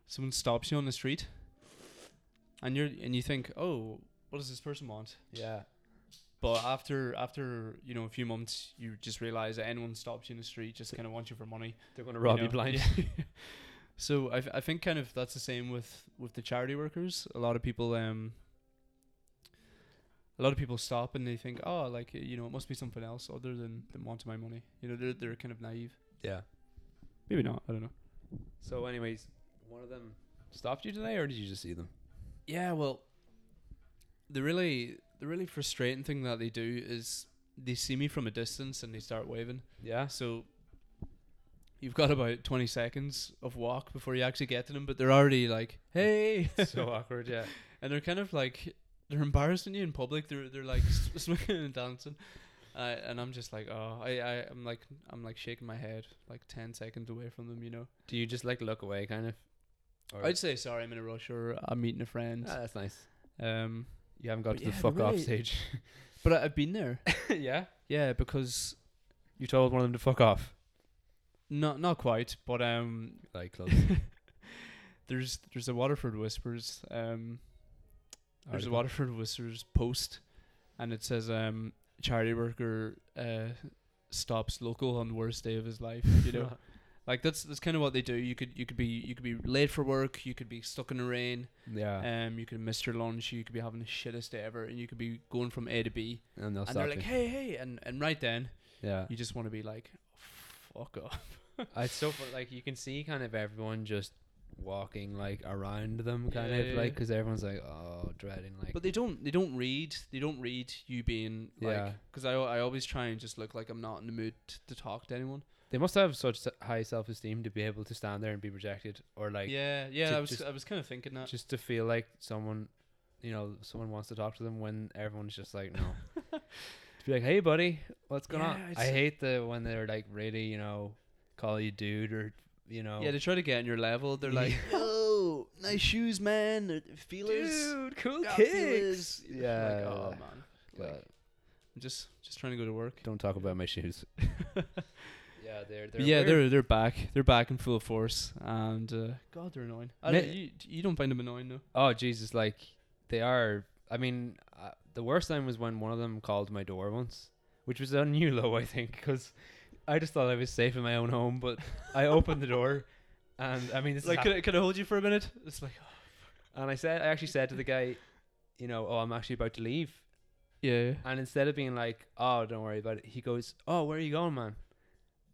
C: someone stops you on the street, and you're and you think, oh, what does this person want?
B: yeah,
C: But after after you know a few months, you just realize that anyone stops you in the street just kind of wants you for money.
B: they're gonna rob you,
C: know?
B: blind.
C: Yeah. so I, f- I think kind of that's the same with with the charity workers. A lot of people um a lot of people stop and they think, oh, like uh, you know, it must be something else other than than wanting my money. You know, they're they're kind of naive.
B: yeah.
C: Maybe not. I don't know.
B: So, anyways, one of them stopped you today, or did you just see them?
C: Yeah. Well, the really the really frustrating thing that they do is they see me from a distance and they start waving.
B: Yeah.
C: So you've got about twenty seconds of walk before you actually get to them, but they're already like, hey.
B: so awkward. Yeah.
C: and they're kind of like they're embarrassing you in public. They're they're like smoking and dancing, uh, and I'm just like, oh, I I am like I'm like shaking my head like ten seconds away from them, you know.
B: Do you just like look away, kind of? Or,
C: I'd say sorry. I'm in a rush or I'm meeting a friend.
B: Ah, that's nice.
C: Um,
B: You haven't got
C: But
B: to the
C: yeah,
B: fuck
C: they're
B: off
C: really-
B: stage.
C: but I, I've been there.
B: yeah.
C: yeah, because
B: You told one of them to fuck off.
C: not not quite, but um,
B: Like close.
C: there's there's a Waterford Whispers. Um, there's a
B: Article.
C: Waterford Whispers post, and it says um, charity worker uh, stops local on worst day of his life. You know, like that's that's kind of what they do. You could you could be you could be late for work. You could be stuck in the rain.
B: yeah.
C: Um, you could miss your lunch. You could be having the shittest day ever, and you could be going from A to B.
B: and they'll
C: and
B: stop
C: they're like,
B: you.
C: hey, hey, and and right then
B: Yeah.
C: you just want to be like, fuck off.
B: it's so fun. Like you can see kind of everyone just walking like around them, kind
C: Yeah,
B: of
C: yeah,
B: like 'cause like
C: yeah.
B: because everyone's like, oh, dreading like.
C: But they don't they don't read they don't read you being like
B: Yeah.
C: because I al- I always try and just look like I'm not in the mood t- to talk to anyone.
B: they must have such s- high self esteem to be able to stand there and be rejected, or like
C: yeah, yeah.
B: to
C: I was
B: just-
C: I was kind of thinking that.
B: just to feel like someone, you know, someone wants to talk to them when everyone's just like, no. to be like, hey, buddy, what's going
C: Yeah,
B: on?
C: it's-
B: I hate the when they're like really, you know, call you dude or you know,
C: Yeah, they try to get on your level. They're
B: Yeah.
C: like, oh, nice shoes, man. They're
B: dude, cool
C: got
B: kicks.
C: feelers."
B: Yeah,
C: Like, oh man. Like,
B: God.
C: I'm just just trying to go to work.
B: don't talk about my shoes. yeah, they're,
C: But
B: they're
C: yeah,
B: weird.
C: they're they're back. They're back in full force, and uh, God, they're annoying. I
B: Ma-
C: don't, you you don't find them annoying though.
B: Oh Jesus! Like they are. I mean, uh, the worst time was when one of them called my door once, which was on you low, I think, because I just thought I was safe in my own home. But I opened the door, and I mean, this
C: It's
B: is
C: like,
B: hap-
C: can I, can I hold you for a minute? It's like, oh.
B: and I said, I actually said to the guy, you know, oh, I'm actually about to leave,
C: yeah,
B: and instead of being like, oh, don't worry about it, he goes, oh, where are you going, man?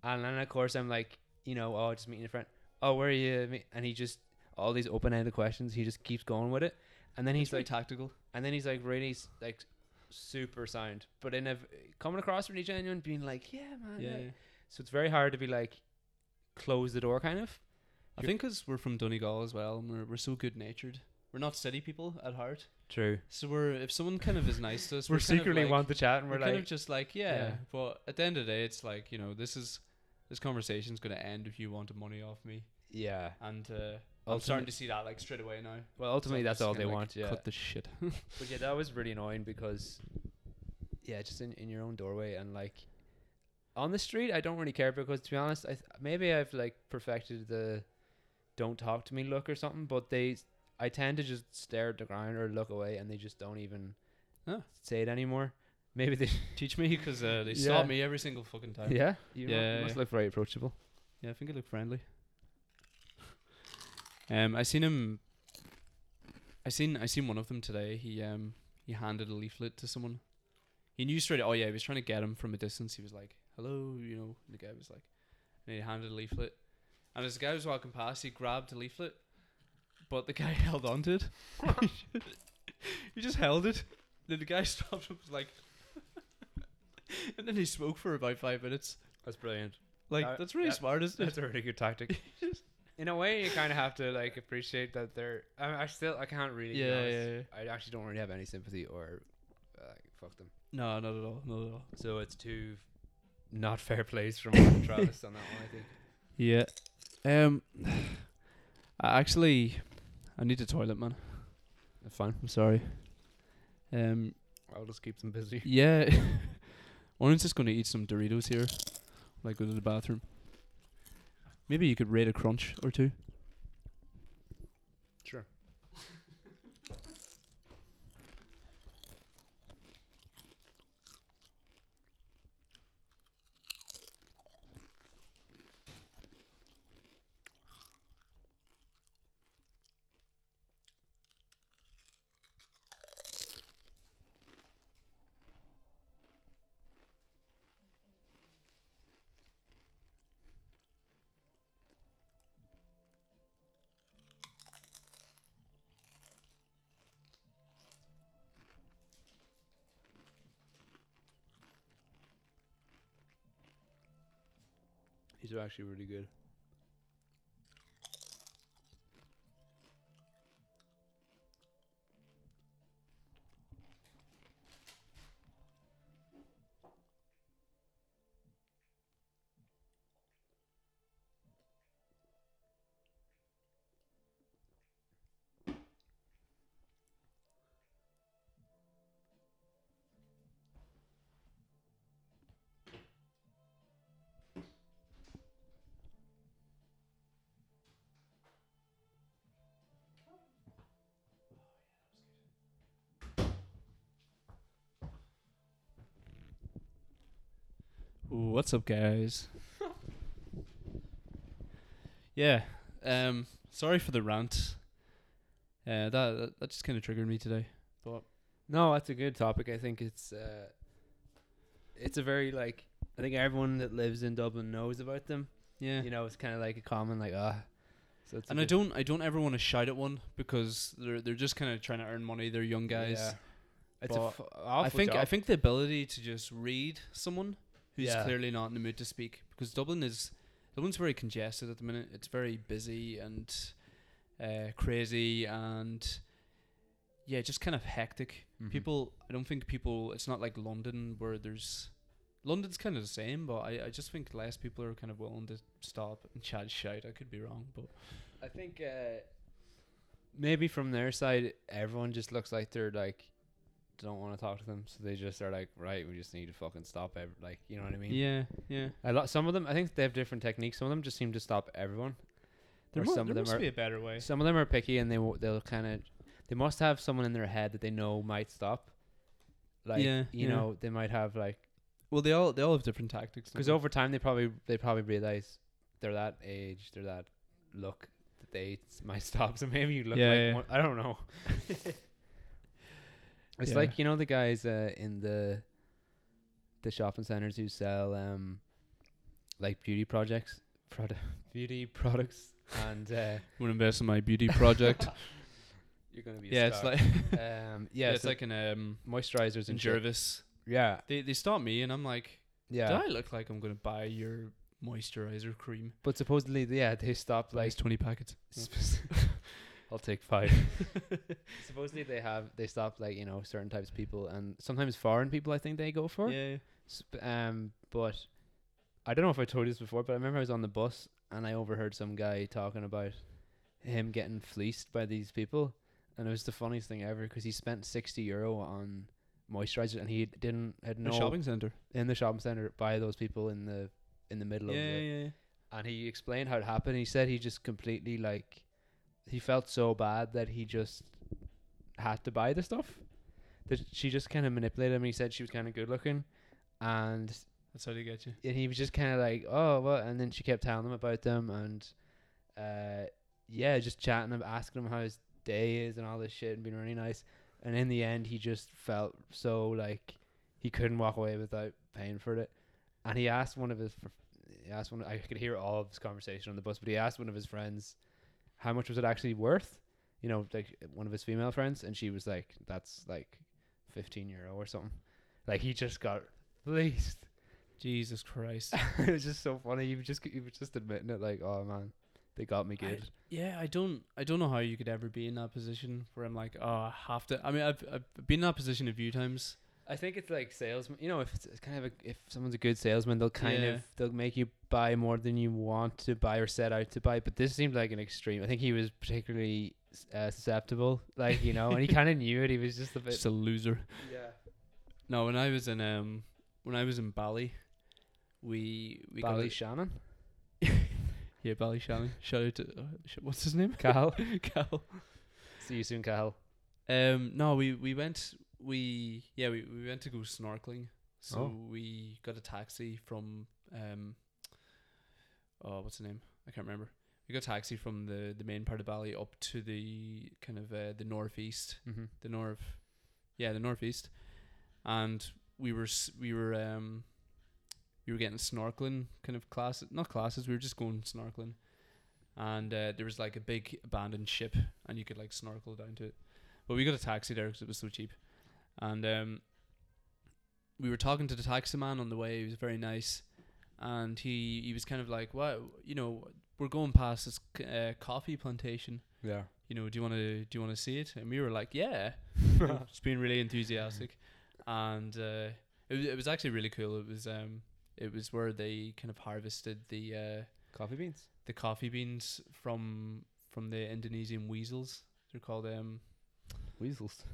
B: And then of course I'm like, you know, oh, just meeting a friend. Oh, where are you? meet-" And he just all these open-ended questions. He just keeps going with it, and then he's
C: very
B: like.
C: tactical.
B: and then he's like really s- like super sound, but in a v- coming across really genuine, being Uh, like, yeah, man.
C: Yeah,
B: Yeah.
C: yeah.
B: So it's very hard to be like, close the door, kind of.
C: I
B: You're-
C: think 'cause we're from Donegal as well, and we're, we're so good natured. We're not city people at heart,
B: True.
C: so we're if someone kind of is nice to us,
B: We're,
C: kind of
B: secretly
C: like-
B: want to chat, and
C: we're
B: we're,
C: kind
B: like,
C: of just like yeah,
B: Yeah.
C: But at the end of the day, it's like you know this is this conversation's gonna end if you wanted money off me,
B: yeah.
C: and uh, I'm starting to see that like straight away now.
B: Well, ultimately,
C: So
B: that's
C: just
B: all
C: kinda
B: they
C: like,
B: want. Yeah.
C: Cut the shit.
B: But yeah, that was really annoying because, yeah, just in, in your own doorway and like, on the street, I don't really care because to be honest, I th- maybe I've like perfected the, don't talk to me look or something. But they, I tend to just stare at the ground or look away, and they just don't even
C: Huh.
B: say it anymore. Maybe they,
C: Teach me 'cause uh, they
B: Yeah.
C: saw me every single fucking time.
B: yeah, you, mu-
C: Yeah,
B: you must
C: yeah.
B: look very approachable.
C: Yeah, I think it looked friendly. Um, I seen him. I seen I seen one of them today. He um he handed a leaflet to someone. He knew straight. Oh yeah, he was trying to get him from a distance. He was like, "Hello," you know. And the guy was like, and he handed a leaflet. And as the guy was walking past, he grabbed the leaflet, but the guy held on to it. he just held it. Then the guy stopped and was like, and then he spoke for about five minutes.
B: That's brilliant.
C: Like
B: Uh,
C: that's really
B: that-
C: smart, isn't it?
B: That's a really good tactic. In a way, you kind of have to like appreciate that they're. I, I still I can't really. be
C: Yeah,
B: honest.
C: yeah, yeah.
B: I actually don't really have any sympathy or uh, like fuck them.
C: No, not at all. Not at all.
B: So it's two not fair plays from Mark Travis on that one. I think.
C: Yeah. Um. I actually, I need a toilet, man.
B: Fine.
C: I'm sorry. Um.
B: I'll just keep them busy.
C: Yeah. Oren's just gonna eat some Doritos here. Like go to the bathroom. Maybe you could rate a crunch or two.
B: Sure. These are actually really good.
C: What's up, guys? yeah. Um. Sorry for the rant. Uh, that that, that just kind of triggered me today. But
B: No, that's a good topic. I think it's uh, it's a very like I think everyone that lives in Dublin knows about them.
C: yeah.
B: You know, it's kind of like a common like ah. so it's a
C: and I
B: good-
C: don't I don't ever want to shout at one because they're they're just kind of trying to earn money. They're young guys.
B: Yeah. It's a
C: But
B: f-
C: I
B: awful
C: think I
B: job.
C: think the ability to just read someone who's
B: Yeah.
C: clearly not in the mood to speak because Dublin is Dublin's very congested at the minute. It's very busy and uh, crazy and yeah, just kind of hectic.
B: Mhm.
C: People, I don't think people. It's not like London where there's London's kind of the same, but I, I just think less people are kind of willing to stop and chat shout. I could be wrong, but
B: I think uh, maybe from their side, everyone just looks like they're like don't want to talk to them, so they just are like, right, we just need to fucking stop. Ev-, like, you know what I mean?
C: yeah, yeah.
B: A lot. Some of them, I think they have different techniques. Some of them just seem to stop everyone.
C: There,
B: Or
C: mu-
B: some
C: there
B: of them
C: must
B: are-
C: be a better way.
B: Some of them are picky, and they w- they'll kind of they must have someone in their head that they know might stop. Like
C: Yeah,
B: you
C: yeah.
B: know, they might have like
C: Well, they all they all have different tactics. don't
B: because
C: they?
B: over time they probably they probably realize they're that age, they're that look that they s- might stop. So maybe you look
C: Yeah,
B: like
C: yeah.
B: One, I don't know. it's
C: Yeah.
B: like you know the guys uh, in the the shopping centers who sell um like beauty projects, product beauty products, and uh,
C: I'm gonna invest in my beauty project.
B: you're gonna be
C: yeah, it's like
B: um, yeah,
C: yeah,
B: so
C: it's like an um
B: moisturizers
C: in
B: and shit.
C: Jervis.
B: Yeah,
C: They they stop me and I'm like,
B: yeah.
C: do I look like I'm gonna buy your moisturizer cream?
B: But supposedly, yeah, they stopped
C: Like
B: like
C: twenty packets.
B: I'll take five. Supposedly they have they stop like you know certain types of people and sometimes foreign people I think they go for.
C: Yeah.
B: Sp- Um, but I don't know if I told you this before, but I remember I was on the bus and I overheard some guy talking about him getting fleeced by these people, and it was the funniest thing ever because he spent sixty euro on moisturizer and he didn't had
C: No.
B: no
C: shopping center.
B: in the shopping center by those people in the in the middle of the
C: yeah.
B: and he explained how it happened. He said he just completely like he felt so bad that he just had to buy the stuff. That she just kind of manipulated him. He said she was kind of good looking, and
C: That's how they get you.
B: and he was just kind of like, oh, well, and then she kept telling him about them, and uh, yeah, just chatting him, asking him how his day is and all this shit, and being really nice. And in the end, he just felt so like he couldn't walk away without paying for it. And he asked one of his, fr- he asked one. I could hear all of his conversation on the bus, but he asked one of his friends, how much was it actually worth? You know, like one of his female friends, and she was like, that's like fifteen euro or something. Like he just got fleeced
C: Jesus Christ.
B: it was just so funny. You just you were just admitting it, like, oh man, they got me good.
C: yeah, I don't I don't know how you could ever be in that position where I'm like, oh I have to I mean I've I've been in that position a few times.
B: I, think it's like salesman. You know, if it's, it's kind of a, if someone's a good salesman, they'll kind
C: Yeah.
B: of they'll make you buy more than you want to buy or set out to buy. But this seemed like an extreme. I think he was particularly uh, susceptible, like you know, and he kind of knew it. He was just a bit.
C: Just a loser.
B: yeah.
C: No, when I was in um when I was in Bali, we we got
B: Bally
C: a-
B: Shannon,
C: yeah Bali Shannon. Shout out to uh, sh- what's his name?
B: Cal.
C: Cal.
B: See you soon, Cal.
C: Um no, we we went we yeah we, we went to go snorkeling. So
B: Oh.
C: we got a taxi from um oh what's the name? I can't remember. We got a taxi from the the main part of Bali up to the kind of uh, the northeast
B: Mm-hmm.
C: the north, yeah, the northeast, and we were s- we were um we were getting snorkeling kind of classes, not classes. We were just going snorkeling, and uh, there was like a big abandoned ship, and you could like snorkel down to it. But we got a taxi there because it was so cheap, and um we were talking to the taxi man on the way. He was very nice, and he he was kind of like, "Wow, you know, we're going past this c- uh, coffee plantation."
B: Yeah.
C: you know, do you want to do you want to see it? And we were like, yeah, You know, just being really enthusiastic, and uh, it was it was actually really cool. It was um it was where they kind of harvested the uh,
B: Coffee beans.
C: the coffee beans from from the Indonesian weasels. They're called um
B: Weasels.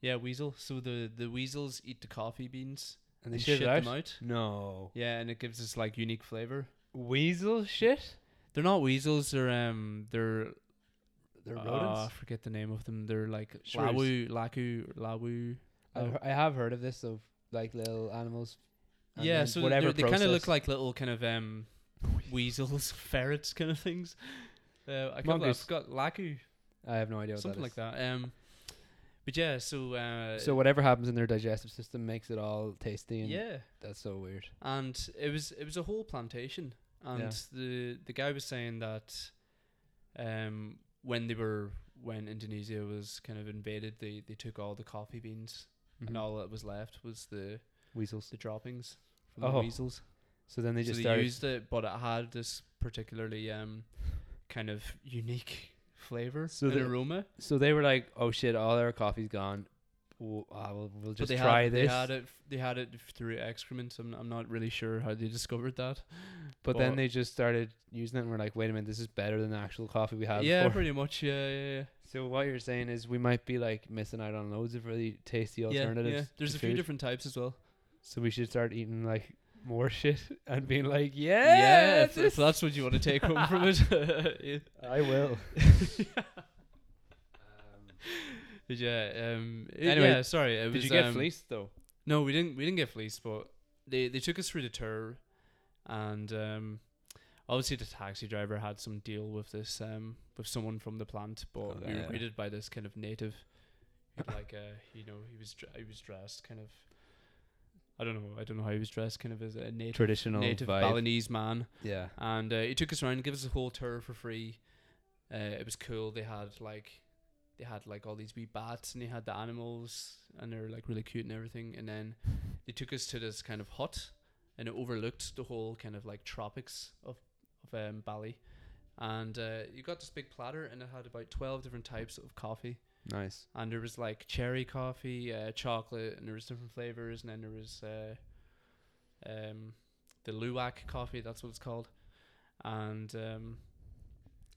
C: yeah weasel. So the the weasels eat the coffee beans
B: And they shit it out.
C: them out.
B: No.
C: Yeah, and it gives us like unique flavor.
B: Weasel shit.
C: They're not weasels. They're um they're
B: They're
C: ah,
B: rodents.
C: I forget the name of them. They're like
B: Shrews.
C: lawu, laku, lawu.
B: I've,
C: Oh.
B: he- I have heard of this of like little animals. and
C: yeah,
B: then
C: so
B: whatever
C: they're- they kind of look
B: process-
C: like little kind of um, weasels, ferrets, kind of things. Uh, I can't
B: Mongoose.
C: believe I've got Laku,
B: I have no idea what
C: something
B: that
C: like
B: is.
C: that. Um, but yeah, so uh,
B: So whatever happens in their digestive system makes it all tasty, and
C: yeah,
B: that's so weird.
C: and it was it was a whole plantation, and
B: Yeah.
C: the the guy was saying that um, when they were when Indonesia was kind of invaded, they they took all the coffee beans, and
B: Mhm.
C: all uh, that was left was the
B: weasels.
C: the droppings from
B: Oh.
C: the weasels.
B: So then they
C: so
B: just
C: they
B: started.
C: used it, but it had this particularly um, kind of unique flavor
B: So
C: and
B: the-
C: aroma.
B: so they were like, "Oh shit, all our coffee's gone. We'll, ah, we'll, we'll
C: But
B: just
C: they
B: try
C: had,
B: this."
C: They had it. f- They had it f- through excrement. I'm, I'm not really sure how they discovered that.
B: but then
C: but-
B: they just started using it, and we're like, "Wait a minute, this is better than the actual coffee we had
C: yeah,
B: before."
C: pretty much. Yeah, yeah, yeah.
B: So what you're saying is we might be like missing out on loads of really tasty
C: Yeah,
B: alternatives.
C: Yeah, There's
B: to
C: a few
B: food.
C: different types as well.
B: So we should start eating like more shit and being like,
C: Yeah,
B: yeah,
C: if, if that's what you want to take home from it. Yeah.
B: I will.
C: But yeah. Um. it-
B: Anyway,
C: yeah, sorry. It
B: Did
C: was,
B: you get
C: um,
B: fleeced though?
C: No, we didn't. We didn't get fleeced, but they they took us through the tour, and um, obviously the taxi driver had some deal with this um with someone from the plant, but
B: Oh,
C: we were
B: yeah.
C: greeted by this kind of native, who'd like uh you know he was dr- he was dressed kind of. I don't know. I don't know how he was dressed. Kind of as a native
B: Traditional
C: native
B: vibe.
C: Balinese man
B: Yeah.
C: and uh, he took us around, gave us a whole tour for free. Uh, it was cool. They had like, they had like all these wee bats, and they had the animals, and they were like really cute and everything. And then they took us to this kind of hut, and it overlooked the whole kind of like tropics of of um, Bali. And uh, you got this big platter, and it had about twelve different types of coffee.
B: Nice.
C: And there was like cherry coffee, uh, chocolate, and there was different flavors. And then there was uh, um, the luwak coffee. That's what it's called and um,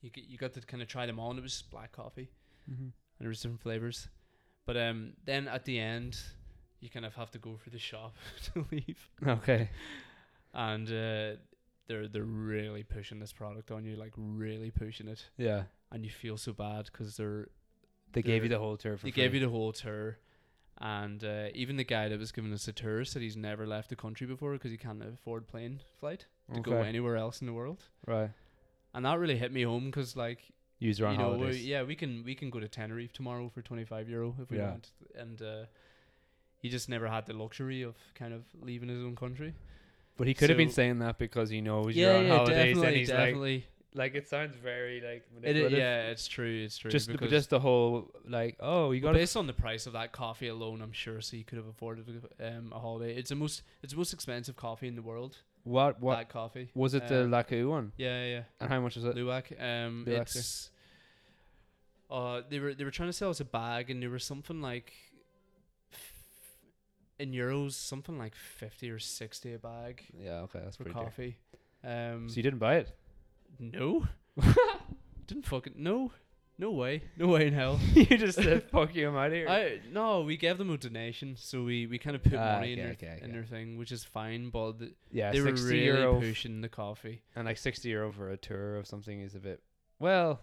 C: you g- you got to kind of try them all, and it was just black coffee, and there was different flavors. But um, then at the end, you kind of have to go through the shop to leave,
B: Okay.
C: and uh, they're they're really pushing this product on you, like really pushing it,
B: Yeah.
C: and you feel so bad because they're
B: They gave
C: They're-
B: you the whole tour for
C: they gave you the whole tour. And uh, even the guy that was giving us the tour said he's never left the country before because he can't afford plane flight to
B: okay.
C: go anywhere else in the world.
B: Right.
C: And that really hit me home because like
B: User on
C: you know, we,
B: holidays.
C: yeah, we can we can go to Tenerife tomorrow for twenty five euro if we
B: Yeah.
C: want, and uh, he just never had the luxury of kind of leaving his own country.
B: But he could have been
C: So-
B: saying that because he knows you're on holidays and he's like, like it sounds very like
C: It i-
B: manipulative.
C: yeah, it's true, it's true.
B: Just the,
C: because-
B: just the whole like, oh, you
C: well,
B: got
C: based on the price of that coffee alone, I'm sure. So he could have afforded um, a holiday. It's the most it's the most expensive coffee in the world.
B: what what
C: That coffee
B: was it the
C: Um,
B: Laku one?
C: yeah, yeah, yeah.
B: And how much was it?
C: Luwak. Um,
B: Luwak, yeah.
C: it's uh, they were they were trying to sell us a bag, and there was something like f- in euros, something like fifty or sixty a bag
B: Yeah, okay, that's
C: for
B: pretty dear.
C: coffee. Um,
B: So you didn't buy it?
C: no, didn't fucking no, no way, no way in hell.
B: you just said, "Fuck you, I'm out here."
C: I no, we gave them a donation, so we, we kind of put
B: Ah,
C: money in,
B: okay,
C: their,
B: okay,
C: in
B: okay.
C: their thing, which is fine. But th-
B: yeah,
C: they were
B: sixty
C: really
B: euro f-
C: pushing the coffee.
B: and like sixty euro for a tour of something is a bit. Well,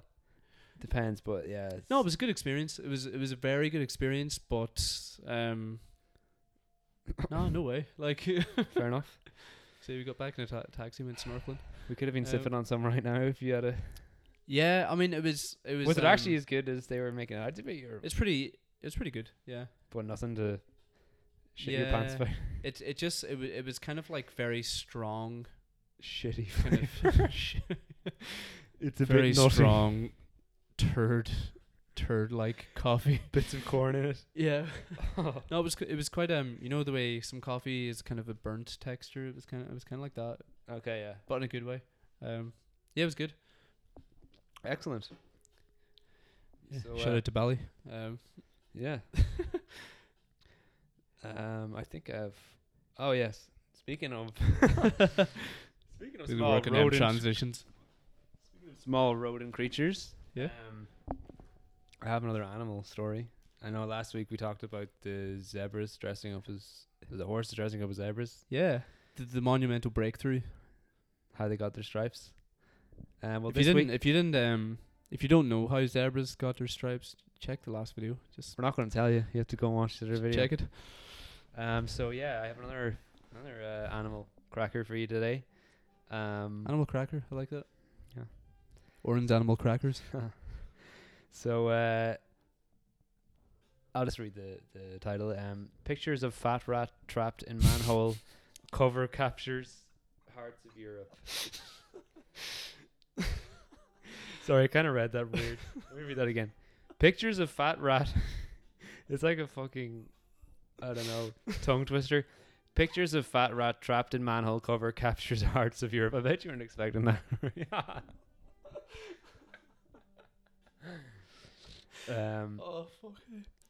B: depends, but yeah. It's,
C: No, it was a good experience. It was it was a very good experience, but um, no, no way. Like,
B: fair enough.
C: so we got back in a ta- taxi, went snorkeling.
B: We could have been
C: Um,
B: sipping on some right now if you had a.
C: Yeah, I mean, it was it was.
B: Was it actually
C: um,
B: as good as they were making it out to be, or
C: It's pretty. It's pretty good. Yeah.
B: but nothing to shit your pants
C: Yeah.
B: about?
C: It it just it was it was kind of like very strong
B: Shitty.
C: kind of
B: It's
C: very strong turd turd like coffee.
B: Bits of corn in it.
C: Yeah. no, it was qu- it was quite um you know the way some coffee is kind of a burnt texture. It was kind of it was kind of like that.
B: Okay, yeah.
C: but in a good way. Um, yeah, it was good.
B: Excellent. So,
C: Shout
B: uh,
C: out to Bally. Um,
B: Yeah. um, I think I've. Oh yes. Speaking of. speaking of
C: we
B: small
C: work on them
B: rodent,
C: transitions.
B: small rodent creatures.
C: Yeah.
B: Um, I have another animal story. I know last week we talked about the zebras dressing up as the horses dressing up as zebras,
C: Yeah, the, the monumental breakthrough.
B: how they got their stripes. Um, well,
C: if you
B: this
C: didn't,
B: week
C: if you didn't, um, if you don't know how zebras got their stripes, check the last video. Just
B: we're not going to tell you. You have to go and watch the other video.
C: check it.
B: Um, so yeah, I have another Another uh, animal cracker for you today. Um,
C: Animal cracker. I like that.
B: Yeah.
C: Orange animal crackers.
B: so uh, I'll just read the, the title. Um, Pictures of fat rat trapped in manhole. Cover captures hearts of Europe. Sorry, I kind of read that weird. Let me read that again. Pictures of fat rat. it's like a fucking, I don't know, tongue twister. Pictures of fat rat trapped in manhole cover captures hearts of Europe. I bet you weren't expecting that. um,
C: Oh fuck.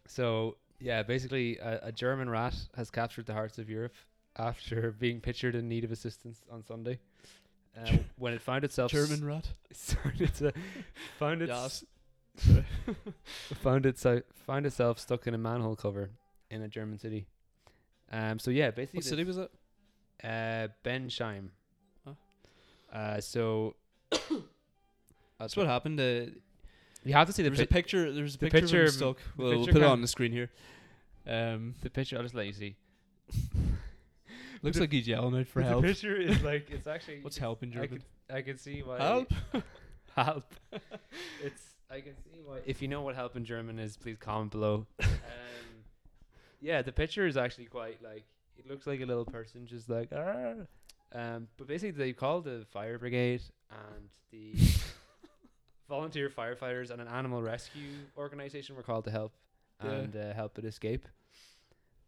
B: so yeah, basically, a, a German rat has captured the hearts of Europe after being pictured in need of assistance on Sunday. Um, when it found itself s-
C: German rat.
B: started to found its
C: Yes.
B: found itself found itself stuck in a manhole cover in a German city. Um. So yeah, basically,
C: What city was it?
B: the- uh, Bensheim.
C: Huh?
B: Uh. So
C: That's what happened. Uh,
B: you have to see the
C: there's a
B: pic-
C: picture. There's a
B: the
C: picture,
B: picture-
C: of him stuck.
B: the
C: Well, we'll
B: picture
C: put it
B: kind-
C: on the screen here. Um,
B: the picture. I'll just let you see.
C: looks
B: the-
C: like he's yelling out for
B: the
C: help.
B: picture is like it's actually.
C: What's
B: you
C: help in
B: can- I
C: German?
B: could I could see why
C: Help.
B: help. it's I can see why. If you know what help in German is, please comment below. um, yeah, the picture is actually quite like it looks like a little person just like ah. Um, but basically they called the fire brigade and the volunteer firefighters and an animal rescue organization were called to help
C: Yeah.
B: and uh, help it escape.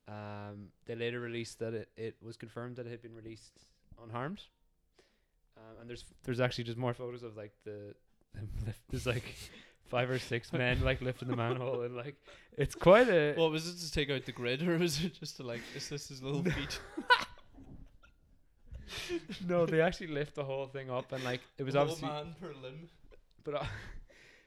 B: Um, they later released that it, it was confirmed that it had been released unharmed. Um, and there's there's actually just more photos of like the them lift- there's like five or six men like lifting the manhole and like it's quite a
C: What was it to take out the grid, or was it just to like? Is this his little feet?
B: no they actually lift the whole thing up and like it was obviously
C: man per limb.
B: but o-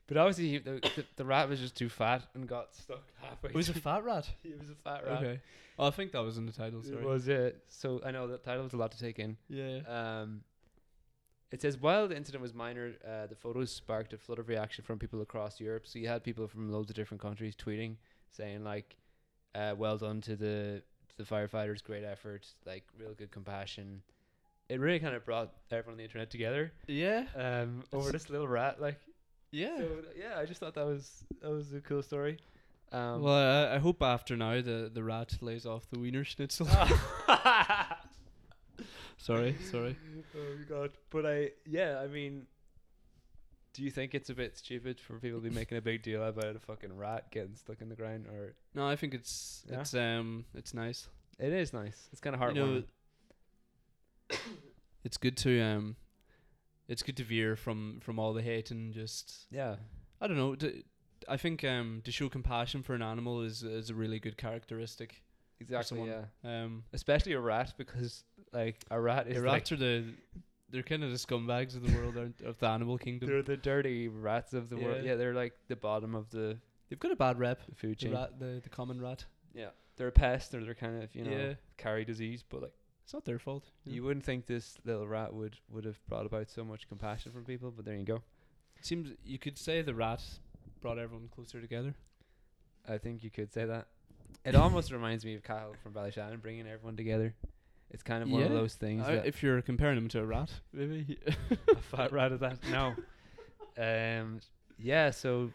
B: but obviously he- the, the the rat was just too fat and got stuck halfway.
C: It was a fat rat.
B: through. it was a fat rat.
C: Okay. Oh, I think that was in the title. Sorry.
B: It was yeah. So I know that title was a lot to take in.
C: Yeah.
B: Um, it says while the incident was minor, uh, the photos sparked a flood of reaction from people across Europe. So you had people from loads of different countries tweeting, saying like, uh, "Well done to the to the firefighters, great effort, like real good compassion." It really kind of brought everyone on the internet together
C: Yeah.
B: um, over this little rat. Like,
C: Yeah.
B: so yeah, I just thought that was that was a cool story. Um,
C: well, I, I hope after now the the rat lays off the wiener schnitzel. sorry. Sorry.
B: oh my god! But I, yeah, I mean, do you think it's a bit stupid for people to be making a big deal about a fucking rat getting stuck in the ground? Or
C: No, I think it's
B: Yeah?
C: it's um it's nice.
B: it is nice. It's kind of
C: You
B: heartwarming.
C: know, it's good to um, it's good to veer from from all the hate and just
B: yeah,
C: I don't know. To, I think um to show compassion for an animal is is a really good characteristic.
B: exactly.
C: someone-
B: Yeah,
C: Um,
B: especially a rat because like a rat is
C: the
B: like,
C: rats are the they're kind of the scumbags of the world, aren't of the animal kingdom.
B: they're the dirty rats of the world.
C: Yeah.
B: Yeah, they're like the bottom of the
C: They've got a bad rep.
B: the food
C: The
B: chain.
C: rat, the, the common rat.
B: Yeah, they're a pest or they're kind of you know
C: Yeah.
B: carry disease, but like.
C: It's not their fault. You
B: You
C: know.
B: wouldn't think this little rat would would have brought about so much compassion from people, but there you go.
C: It seems you could say the rat brought everyone closer together.
B: I think you could say that. It almost reminds me of Kyle from Ballyshannon bringing everyone together. It's kind of one of
C: Yeah.
B: those things.
C: I-
B: that
C: if you're comparing him to a rat, maybe.
B: a fat rat of that. No. Um. Yeah. So.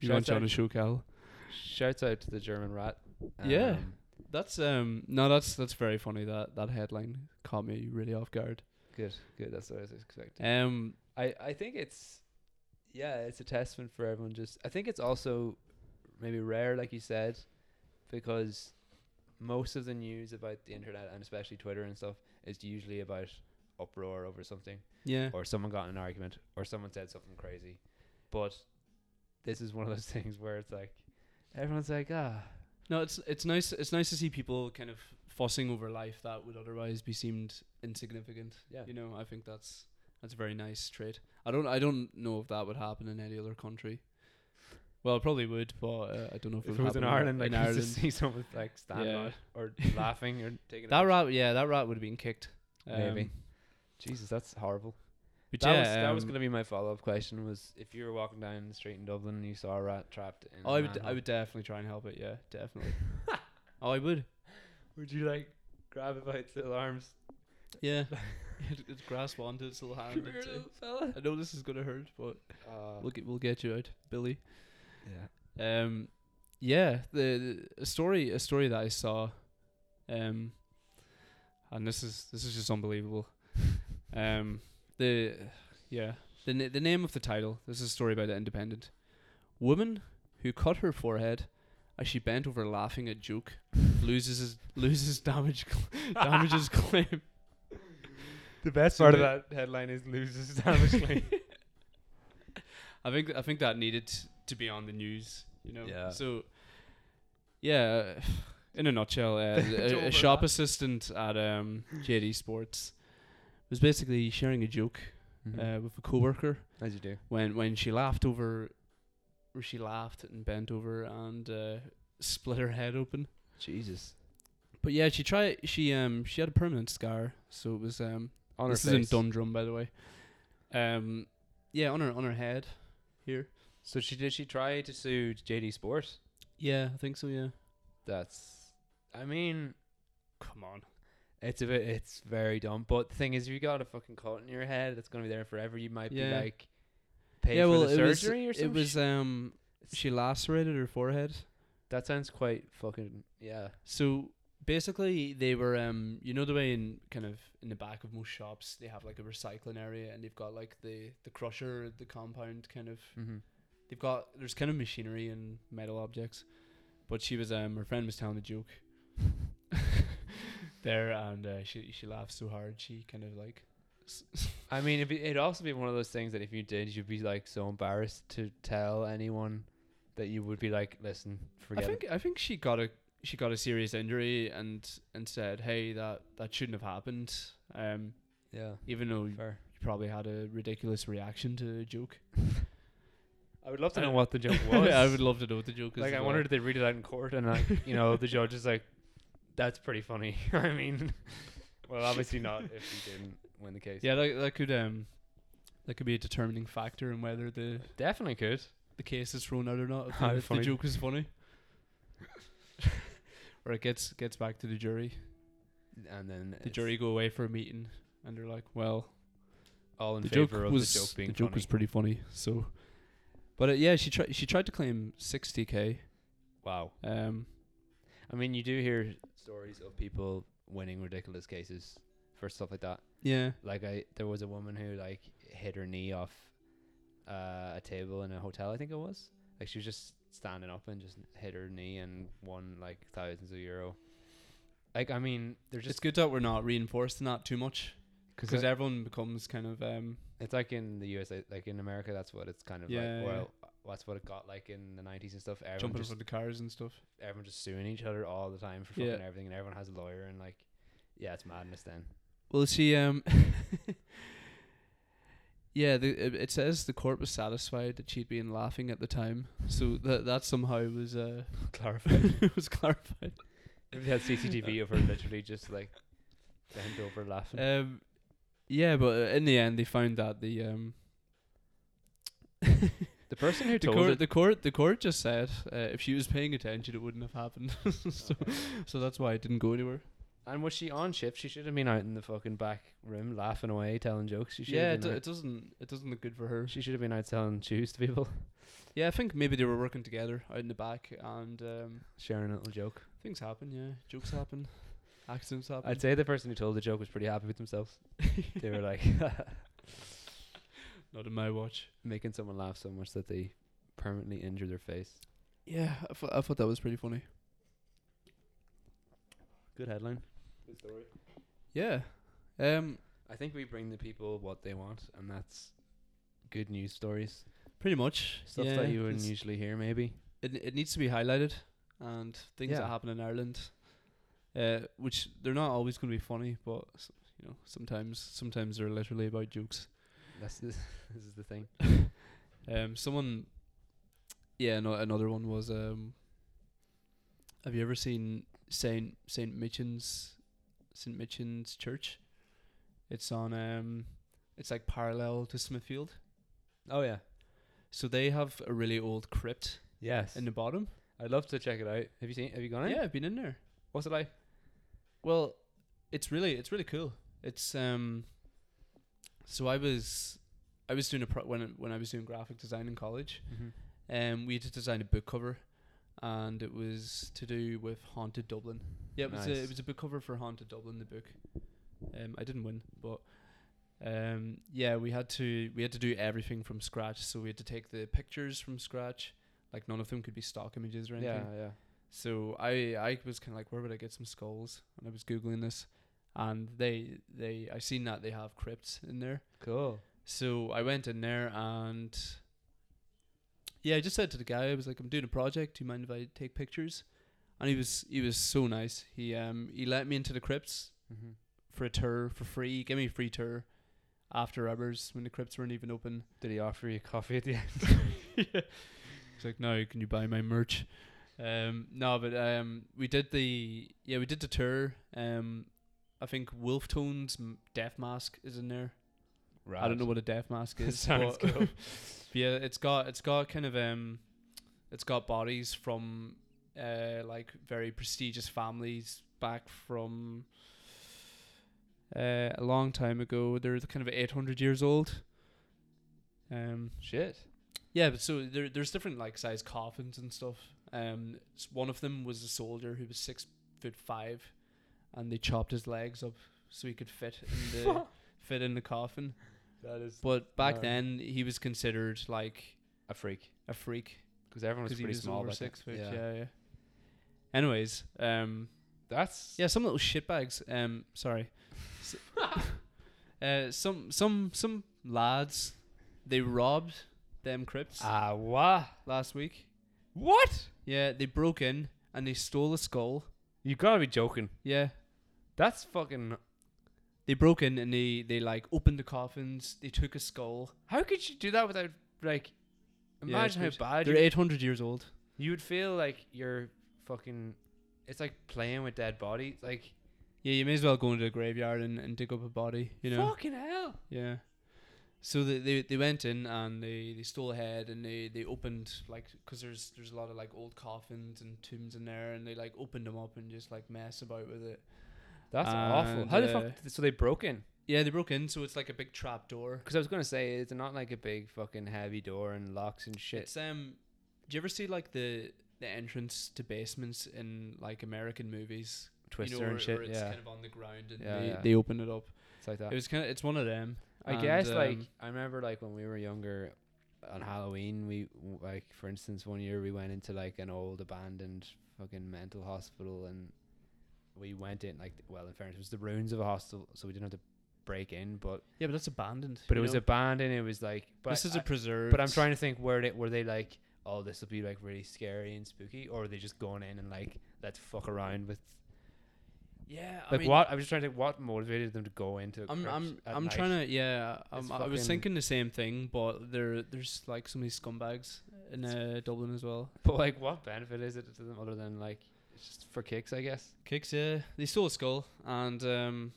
C: you want
B: shouts out-
C: John to show Cal?
B: Shouts out to the German rat.
C: Yeah. That's um no that's that's very funny that that headline caught me really off guard.
B: Good. Good. That's what I was expecting.
C: Um
B: I I think it's. Yeah, it's a testament for everyone. Just I think it's also maybe rare, like you said, because most of the news about the internet and especially Twitter and stuff is usually about uproar over something.
C: yeah
B: or someone got in an argument or someone said something crazy. But this is one of those things where it's like everyone's like, ah,
C: no it's it's nice it's nice to see people kind of fussing over life that would otherwise be seemed insignificant.
B: yeah,
C: You know I think that's that's a very nice trait. I don't I don't know if that would happen in any other country. Well, it probably would, but uh, I don't know if,
B: if
C: would
B: it was in
C: happen
B: Ireland, like
C: In
B: you
C: Ireland,
B: just see someone like standing
C: Yeah.
B: on it or laughing or taking. a
C: that
B: pic-
C: rat, yeah, that rat would have been kicked.
B: Maybe.
C: Um,
B: Jesus, that's horrible.
C: but
B: That
C: yeah,
B: was that was
C: um,
B: gonna be my follow up question was if you were walking down the street in Dublin and you saw a rat trapped in.
C: Oh,
B: a
C: I would, I
B: manhole,
C: would definitely try and help it. Yeah, definitely. oh, I would.
B: Would you like grab it by its little arms.
C: Yeah. it, it's grasped onto its little hand. It's, uh, I know this is gonna hurt, but
A: Uh,
C: we'll get we'll get you out, Billy.
B: yeah.
C: Um, yeah, the, the a story a story that I saw, um, and this is this is just unbelievable. um, the yeah the na- the name of the title. This is a story by the Independent. Woman who cut her forehead as she bent over laughing at joke loses his, loses damage cl- damages claim.
B: The best
C: So
B: part of
C: the-
B: that headline is loses damage claim.
C: I think I think that needed to be on the news, you know.
B: Yeah.
C: So, yeah, in a nutshell, uh, a, a shop assistant at um, JD Sports was basically sharing a joke uh, with a coworker
B: Mm-hmm. As you do.
C: when when she laughed over, or she laughed and bent over and uh, split her head open.
B: Jesus.
C: But yeah, she tried. She um she had a permanent scar, so it was um
B: On
C: this
B: her
C: is in
B: face.
C: Dundrum by the way, um yeah on her on her head here.
B: So she did she try to sue JD Sports?
C: Yeah, I think so. Yeah.
B: That's I mean,
C: Come on.
B: it's a bit it's very dumb. But the thing is if you got a fucking cult in your head that's gonna be there forever, you might
C: Yeah.
B: be like pay for the surgery or
C: it
B: something.
C: was um she lacerated her forehead.
B: that sounds quite fucking yeah.
C: So basically they were um you know the way in kind of in the back of most shops they have like a recycling area and they've got like the the crusher, the compound kind of
B: Mm-hmm.
C: they've got there's kind of machinery and metal objects. But she was um her friend was telling a joke there and uh, she she laughed so hard she kind of like
B: I mean, it'd, be, it'd also be one of those things that if you did, you'd be like so embarrassed to tell anyone that you would be like, listen,
C: I
B: forget
C: think I think she got a she got a serious injury and and said, "Hey, that that shouldn't have happened." Um,
B: it. Yeah,
C: even though you
B: fair.
C: probably had a ridiculous reaction to a joke.
B: I would love to
C: I-
B: know what the joke was.
C: I would love to know what the joke is.
B: like.
C: as
B: I
C: well.
B: wonder if they read it out in court and like, you know, the judge is like, that's pretty funny. I mean, well, obviously not if you didn't win the case.
C: Yeah, that, that could um, that could be a determining factor in whether the
B: definitely could.
C: the case is thrown out or not. If,
B: How
C: the, if the
B: funny.
C: joke is funny, or it gets gets back to the jury.
B: And then
C: The jury go away for a meeting, and they're like, "Well,
B: all in
C: the joke
B: favor of
C: was
B: the joke being funny.
C: was pretty funny. So, but uh, yeah, she tried she tried to claim sixty k.
B: wow.
C: Um,
B: I mean, you do hear stories of people winning ridiculous cases for stuff like that.
C: yeah,
B: like I there was a woman who like hit her knee off uh, a table in a hotel I think it was like she was just standing up and just hit her knee and won like thousands of euro like I mean they're
C: it's
B: just
C: good that we're not reinforcing that too much because
B: I-
C: everyone becomes kind of um,
B: it's like in the USA like in America that's what it's kind of
C: Yeah,
B: like
C: yeah.
B: well that's what it got like in the 90s and stuff everyone
C: jumping
B: just,
C: over the cars and stuff.
B: everyone just suing each other all the time for fucking
C: Yeah.
B: everything and everyone has a lawyer and like yeah it's madness then
C: Well, she um, yeah, the, it it says the court was satisfied that she'd been laughing at the time, so that that somehow was uh
B: clarified
C: was clarified.
B: if they had CCTV of her literally just like bent over laughing
C: Um, yeah, but uh, in the end, they found that the um.
B: the person who
C: The
B: told
C: court,
B: it
C: the court, the court just said uh, if she was paying attention, it wouldn't have happened. so, so that's why it didn't go anywhere.
B: And was she on shift? She should have been out in the fucking back room laughing away, telling jokes. She should
C: Yeah,
B: have
C: it,
B: been
C: do-
B: out-
C: it doesn't, it doesn't look good for her.
B: she should have been out telling shoes to people,
C: Yeah, I think maybe they were working together out in the back, and um,
B: sharing a little joke.
C: things happen. Yeah, jokes happen, accidents happen.
B: I'd say the person who told the joke was pretty happy with themselves. they were like
C: not in my watch.
B: making someone laugh so much that they permanently injure their face.
C: Yeah, I thought- I thought that was pretty funny.
B: Good headline.
C: Yeah, um,
B: I think we bring the people what they want, and that's good news stories,
C: pretty much
B: stuff
C: yeah,
B: that you wouldn't
C: it's-
B: usually hear. Maybe
C: it it needs to be highlighted and things
B: Yeah.
C: that happen in Ireland, uh, which they're not always going to be funny, but s- you know sometimes sometimes they're literally about jokes.
B: that's this, this is the thing.
C: Um, someone, yeah, no, another one was um. Have you ever seen Saint Saint Michin's Saint Michin's Church? It's on um, it's like parallel to Smithfield,
B: Oh yeah,
C: so they have a really old crypt
B: yes.
C: in the bottom.
B: I'd love to check it out. Have you seen? Have you gone in?
C: Yeah, I've been in there.
B: What's it like?
C: Well, it's really it's really cool. It's um so I was I was doing a pro- when I- when I was doing graphic design in college.
B: Mm-hmm.
C: Um we had to design a book cover and it was to do with Haunted Dublin. Yeah, it was a,
B: Nice.
C: it was a book cover for Haunted Dublin the book. Um I didn't win, but um yeah, we had to we had to do everything from scratch. So we had to take the pictures from scratch. Like none of them could be stock images or anything.
B: Yeah, yeah.
C: So I I was kind of like, where would I get some skulls? And I was googling this, and they they I seen that they have crypts in there.
B: Cool.
C: So I went in there and yeah, I just said to the guy, I was like, I'm doing a project. Do you mind if I take pictures? And he was he was so nice. He um he let me into the crypts
B: Mm-hmm.
C: for a tour for free. Give me a free tour after hours when the crypts weren't even open.
B: Did he offer you coffee at the end?
C: He's like, no, can you buy my merch? Um, no, but um, we did the yeah, we did the tour. Um, I think Wolf Tones m- Death Mask is in there. I don't know what a Death Mask is.
B: Sounds
C: but-
B: cool.
C: yeah, it's got it's got kind of um, it's got bodies from uh like very prestigious families back from uh a long time ago. They're kind of eight hundred years old. Um,
B: Shit.
C: yeah, but so there, there's different like size coffins and stuff. Um, s- one of them was a soldier who was six foot five, and they chopped his legs up so he could fit in the fit in the coffin.
B: That is
C: But back
B: Wow.
C: then he was considered like
B: a freak.
C: a freak
B: Because everyone was
C: because he
B: pretty
C: was
B: small
C: over
B: back then.
C: six foot. Yeah. yeah, Anyways, um,
B: That's
C: yeah, some little shitbags. Um, sorry. S- uh, some some some lads, they robbed them crypts
B: ah wah.
C: last week.
B: What?
C: Yeah, they broke in and they stole a skull.
B: You gotta be joking.
C: Yeah,
B: That's fucking.
C: they broke in and they they like opened the coffins. They took a skull.
B: How could you do that without like?
C: Yeah,
B: Imagine
C: it's
B: how bad
C: They're
B: you,
C: eight hundred years old.
B: you would feel like you're fucking. It's like playing with dead bodies. Like
C: Yeah, you may as well go into the graveyard and, and dig up a body. You know.
B: fucking hell.
C: Yeah. So they, they they went in and they they stole a head and they they opened like because there's there's a lot of like old coffins and tombs in there and they like opened them up and just like mess about with it.
B: That's awful.
C: And,
B: How the fuck?
C: uh,
B: did- So they broke in.
C: Yeah, they broke in, so it's like a big trap door.
B: Because I was gonna say it's not like a big fucking heavy door and locks and shit.
C: It's um, do you ever see like the the entrance to basements in like American movies? You know,
B: Twister
C: where-
B: and shit.
C: where it's
B: yeah,
C: kind of on the ground and
B: Yeah,
C: they,
B: yeah.
C: they open it up.
B: it's like that.
C: It was kind of it's one of them.
B: I
C: And,
B: guess like
C: um,
B: I remember like when we were younger on Halloween we w- like for instance one year we went into like an old abandoned fucking mental hospital and we went in like well in fairness it was the ruins of a hostel so we didn't have to break in but
C: yeah, but that's abandoned.
B: but it
C: you
B: was
C: know?
B: abandoned it was like but
C: this
B: I-
C: is a
B: I-
C: preserve.
B: but I'm trying to think where they were they like oh this will be like really scary and spooky or are they just going in and like let's fuck around with
C: Yeah, I
B: like
C: mean,
B: what I'm just trying to think what motivated them to go into a
C: I'm
B: crypt
C: I'm
B: at
C: I'm
B: night?
C: trying to yeah. Um,
B: It's
C: I was
B: fucking-
C: thinking the same thing, but there there's like so many scumbags in uh, Dublin as well.
B: But like, what benefit is it to them other than like it's just for kicks, I guess?
C: Kicks, yeah. They stole a skull, and um,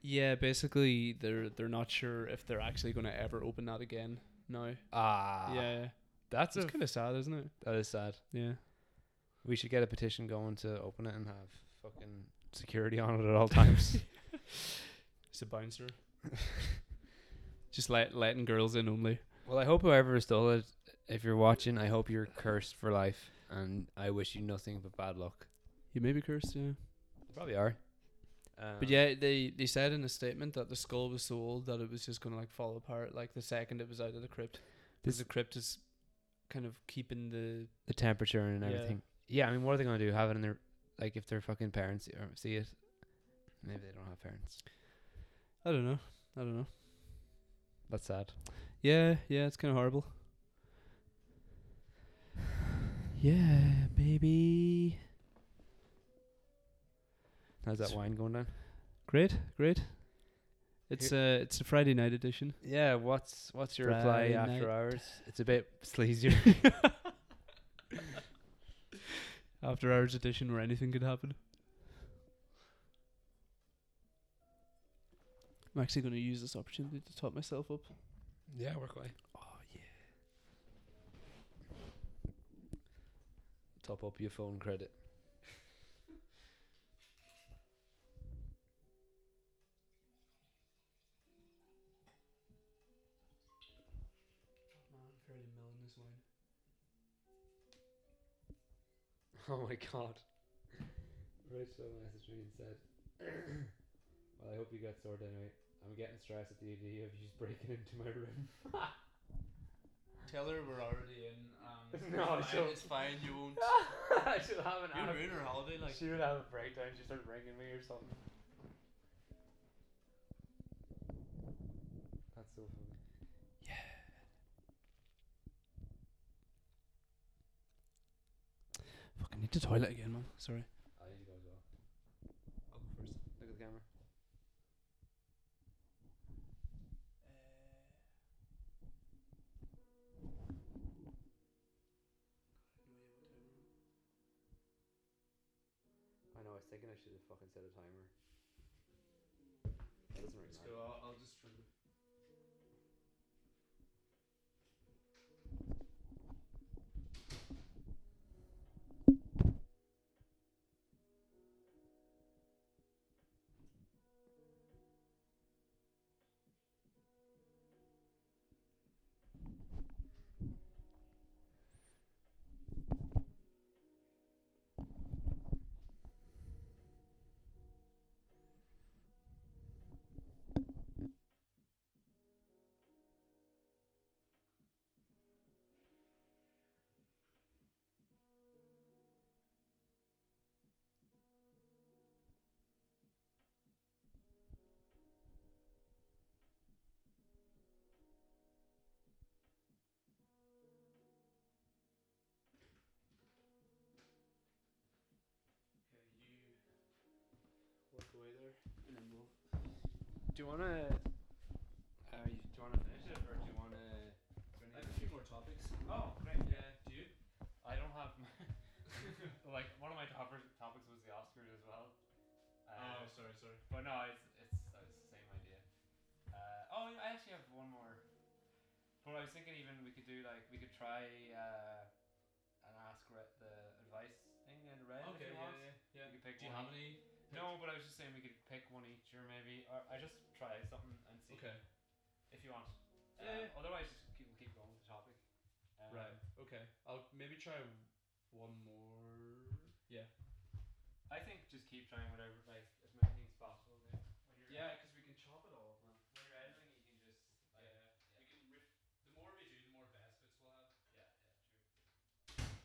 C: yeah, basically they're they're not sure if they're actually going to ever open that again. No,
B: Ah,
C: yeah,
B: that's
C: it's
B: a-
C: kind of sad, isn't it?
B: that is sad.
C: Yeah,
B: We should get a petition going to open it and have fucking security on it at all times.
C: it's a bouncer. Just let letting girls in only.
B: well, I hope whoever stole it, if you're watching, I hope you're cursed for life, and I wish you nothing but bad luck.
C: You may be cursed, yeah.
B: You probably are. Um,
C: But yeah, they they said in a statement that the skull was so old that it was just gonna like fall apart like the second it was out of the crypt. Because
B: This-
C: the crypt is kind of keeping the
B: the temperature and
C: Yeah.
B: everything. Yeah. I mean, what are they gonna do? Have it in their like if their fucking parents see- or see it? Maybe they don't have parents.
C: I don't know. I don't know.
B: That's sad.
C: Yeah, yeah, it's kinda horrible. Yeah, baby.
B: How's that wine going down?
C: Great, great. It's uh it's a Friday night edition.
B: Yeah, what's what's your
C: Friday
B: reply after
C: night.
B: hours? It's a bit sleazier.
C: After hours edition where anything could happen. I'm actually gonna use this opportunity to top myself up.
B: yeah, work away.
C: Oh yeah.
B: Top up your phone credit. Oh my god. Rachel messaged me and said, Well, I hope you got sorted anyway. I'm getting stressed at the idea of you just breaking into my room.
C: Tell her we're already in. Um,
B: No,
C: it's fine,
B: she'll-
C: it's fine. You won't.
B: she'll have an
C: You'll
B: ab-
C: ruin her holiday. Like
B: She would have a breakdown. She started ringing me or something. That's so funny.
C: fucking need to toilet again, man. Sorry.
B: I need to go as well.
C: I'll go first.
B: Look at the camera.
C: Uh,
B: I know. I was thinking I should have fucking set a timer. That doesn't really
C: Let's
B: matter.
C: go. I'll, I'll just. Trim. Walk away there, and then we'll.
B: Do you wanna? Uh, you, do you wanna finish it or do you wanna?
C: I have a few more topics. Oh, great. Yeah, do you?
B: I don't have like one of my topics. Topics was the Oscars as well. Uh,
C: Oh, sorry, sorry.
B: But no, it's it's, it's the same idea. Uh, oh, I actually have one more. But I was thinking even we could do like we could try uh, and ask Re- the advice thing in red
C: okay,
B: if you
C: yeah,
B: want.
C: yeah,
B: We
C: yeah.
B: could pick
C: Do you
B: one.
C: have any?
B: No, but I was just saying we could pick one each or maybe or I just try something and see
C: Okay.
B: if you want. Um,
C: Yeah, yeah.
B: Otherwise, just keep, we'll keep going with the topic. Um,
C: Right. Okay. I'll maybe try one more. Yeah.
B: I think just keep trying whatever like as many things as possible. Yeah. When you're,
C: because we can chop it all. Man.
B: When you're editing, you can just like,
C: yeah. We can riff. The more we do, the more baskets we'll have.
B: yeah, yeah, true.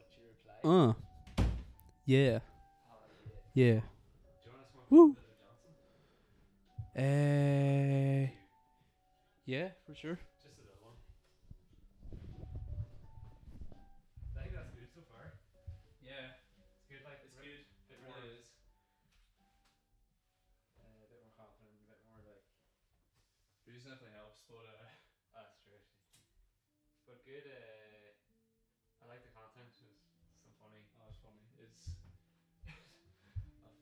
B: What's your reply?
C: Uh. Yeah.
B: Oh, yeah.
C: Yeah.
B: Do you want to smoke
C: Woo.
B: a bit of Johnson?
C: Uh. Yeah, for sure.
B: Just a little one. I think that's good so far.
C: Yeah.
B: It's good, like it's good. Bit more,
C: is.
B: uh, bit more confident, a bit more like
C: Booze definitely helps, but uh,
B: ah, that's true. actually. But good. Uh, I like the content. It was some funny.
C: oh, it's funny. It's. that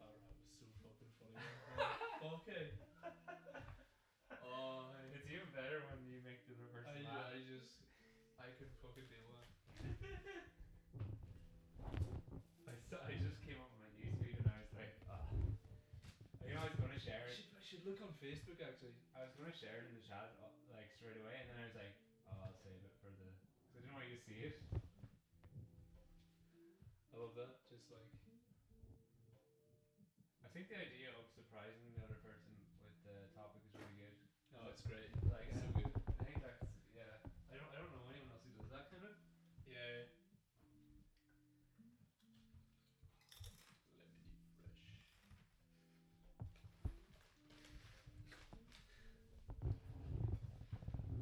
C: fire hat was so fucking funny. man. okay. Oh, I-
B: It's even better when you make the other person laugh.
C: I, I just I could fucking deal with. it.
B: I, s- I just came up with my news feed and I was like, ah. You know, I was going to share it.
C: look on Facebook actually.
B: I was gonna share it in the chat uh, like straight away, and then I was like, oh, I'll save it for the. 'cause I didn't want you to see it.
C: I love that. Just like
B: I think the idea of surprising the other person with the topic is really good.
C: oh, it's great.
B: Like,
C: It's so
B: I,
C: good.
B: I think that's yeah. I don't I don't know anyone else who does that kind of.
C: Yeah. Lemony fresh.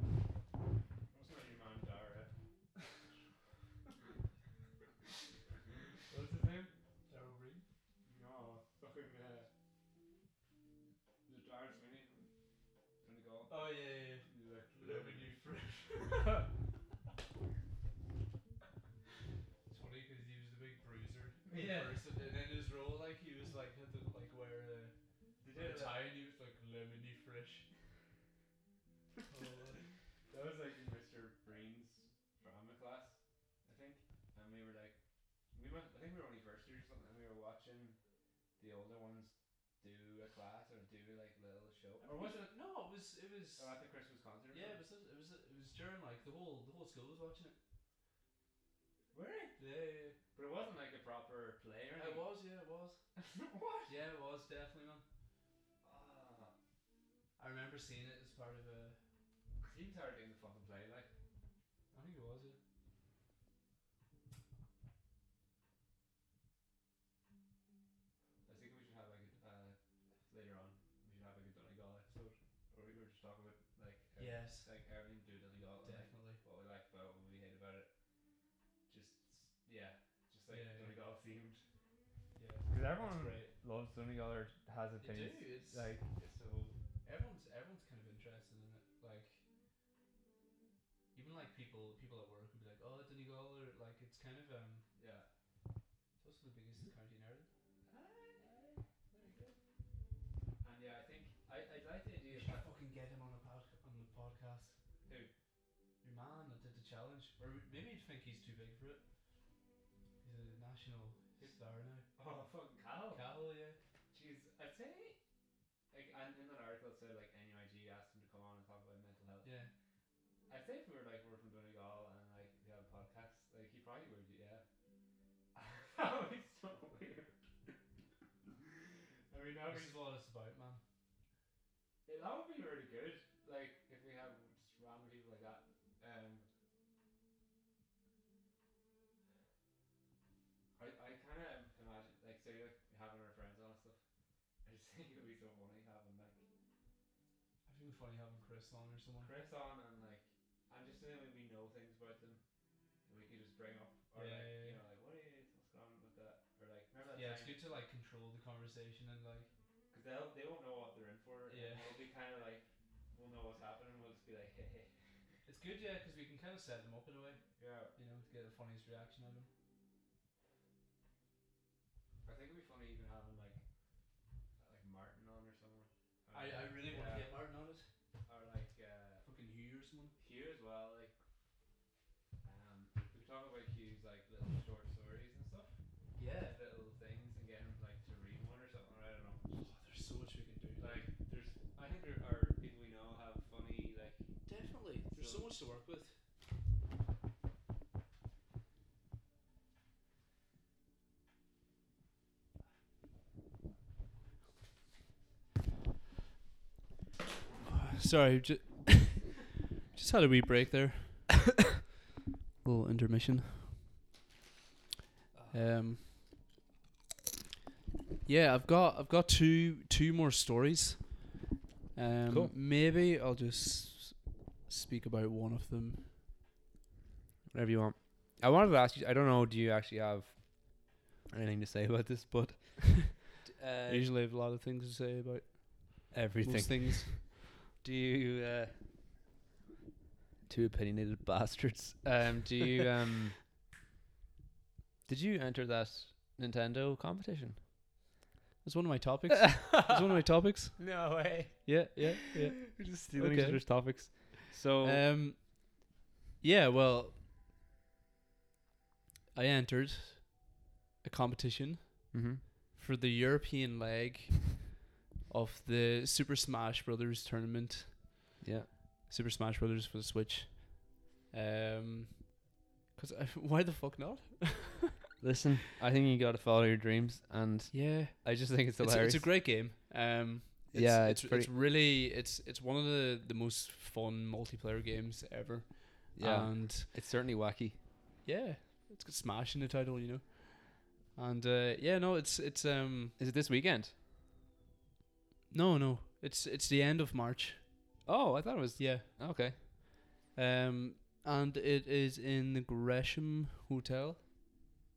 B: What's not your man Dara? What's his name?
C: Daryl Reed.
B: No, fucking uh, the Dara Sweeney from the goal.
C: Oh yeah, yeah, yeah.
B: He's like
C: Revenue
B: fresh.
C: It's funny because he was the big bruiser. in
B: Yeah.
C: person, and then his role, like he was like had to like wear a,
B: They
C: a
B: did that.
C: tie, and he was like lemony fresh. oh,
B: That was like in Mr. Brain's drama class, I think, and we were like, we went. I think we were only first year or something, and we were watching the older ones do a class or do like a little show. Or was it?
C: No, it was it was.
B: Oh, at the Christmas concert. or
C: yeah, it
B: something?
C: was it was it was during like the whole the whole school was watching it.
B: Really?
C: Yeah, yeah, yeah.
B: But it wasn't like a proper play or
C: It
B: anything.
C: was, yeah, it was.
B: what?
C: Yeah, it was definitely man.
B: Ah,
C: I remember seeing it as part of a.
B: he was already doing the fucking play, like.
C: I think it was yeah.
B: I was thinking we should have like a, uh, later on we should have like a Donegal episode or we were just talking about like uh,
C: Yes.
B: like everything to do with Donegal and, like
C: Definitely.
B: what we like about it, what we hate about it just yeah just like
C: Yeah, yeah.
B: Donegal themed
C: Yeah.
B: because everyone
C: great.
B: loves Donegal or has
C: They do. It's
B: like
C: it's so everyone's everyone's kind of interested in it. Like even like people people at work would be like, oh, Donegal, or like it's kind of um,
B: yeah
C: it's also the biggest county in Ireland.
B: and yeah I think I, I like the
C: You
B: idea of
C: should
B: that
C: fucking get him on a pod- on the podcast.
B: Who?
C: Your man that did the challenge, or maybe you think he's too big for it. He's a national
B: Who?
C: star now.
B: oh fucking cow
C: Cal, yeah.
B: Jeez, I'd say, like, and in that article it said like NUIG asked him to come on and talk about mental health.
C: Yeah.
B: I'd say if we were like we're from Donegal and like we had a podcast, like he probably would, yeah. that would be so weird. I mean, that would
C: This is
B: be,
C: what it's about, man.
B: yeah, that would be really good. Like if we had just random people like that. Um, I I kind of imagine like say like having our friends on and stuff. I just think it would be so funny having like.
C: I think it'd be funny having Chris on or someone.
B: Chris on and like I'm just saying when we know things about them we could just bring up or
C: Yeah,
B: like
C: yeah,
B: you
C: yeah.
B: know like what is what's going on with that or like remember that
C: Yeah, it's
B: time
C: good to like control the conversation and like
B: because they'll they won't know what they're in for and
C: Yeah.
B: we'll be kind of like we'll know what's happening we'll just be like hey, hey.
C: it's good, yeah, because we can kind of set them up in a way,
B: yeah
C: you know, to get the funniest reaction out of them.
B: I think it'd be funny even having like like Martin on or someone or
C: I, I
B: like-
C: really want to
B: yeah.
C: get Martin on it.
B: or like uh,
C: Fucking Hugh or someone.
B: Hugh as well like um we could talk about Hugh's like little short stories and stuff
C: Yeah.
B: little things and get him like to read one or something or I don't know
C: Oh, there's so much we can do.
B: like there's I think there are people we know have funny like
C: definitely,
B: There's so
C: much to work with. Sorry, ju- just had a wee break there. little intermission. Um, yeah, I've got I've got two two more stories. Um,
A: Cool.
C: Maybe I'll just speak about one of them.
A: Whatever you want. I wanted to ask you. I don't know. Do you actually have anything to say about this? But
C: I
A: uh,
C: usually have a lot of things to say about
A: everything.
C: most things.
A: Do you uh, two opinionated bastards? Um, do you um? did you enter that Nintendo competition?
C: It's one of my topics. it's one of my topics.
A: No way.
C: Yeah, yeah, yeah.
A: We're just stealing each
C: Okay.
A: other's topics. So
C: Um, yeah. Well, I entered a competition
B: Mm-hmm.
A: mhm.
C: for the European leg of the Super Smash Brothers tournament.
B: Yeah.
C: Super Smash Brothers for the Switch. Um, cause I, why the fuck not?
B: Listen, I think you got to follow your dreams, and
C: Yeah,
B: I just think it's
C: it's, a-
B: hilarious.
C: it's a great game. Um, it's,
B: Yeah,
C: it's
B: it's pretty-
C: it's really it's it's one of the the most fun multiplayer games ever.
B: yeah,
C: and
B: it's certainly wacky.
C: yeah, it's got Smash in the title, you know. And uh, yeah, no, it's it's um
B: Is it this weekend?
C: no no it's it's the end of March.
B: Oh, I thought it was.
C: Yeah.
B: Okay.
C: Um, and it is in the Gresham Hotel,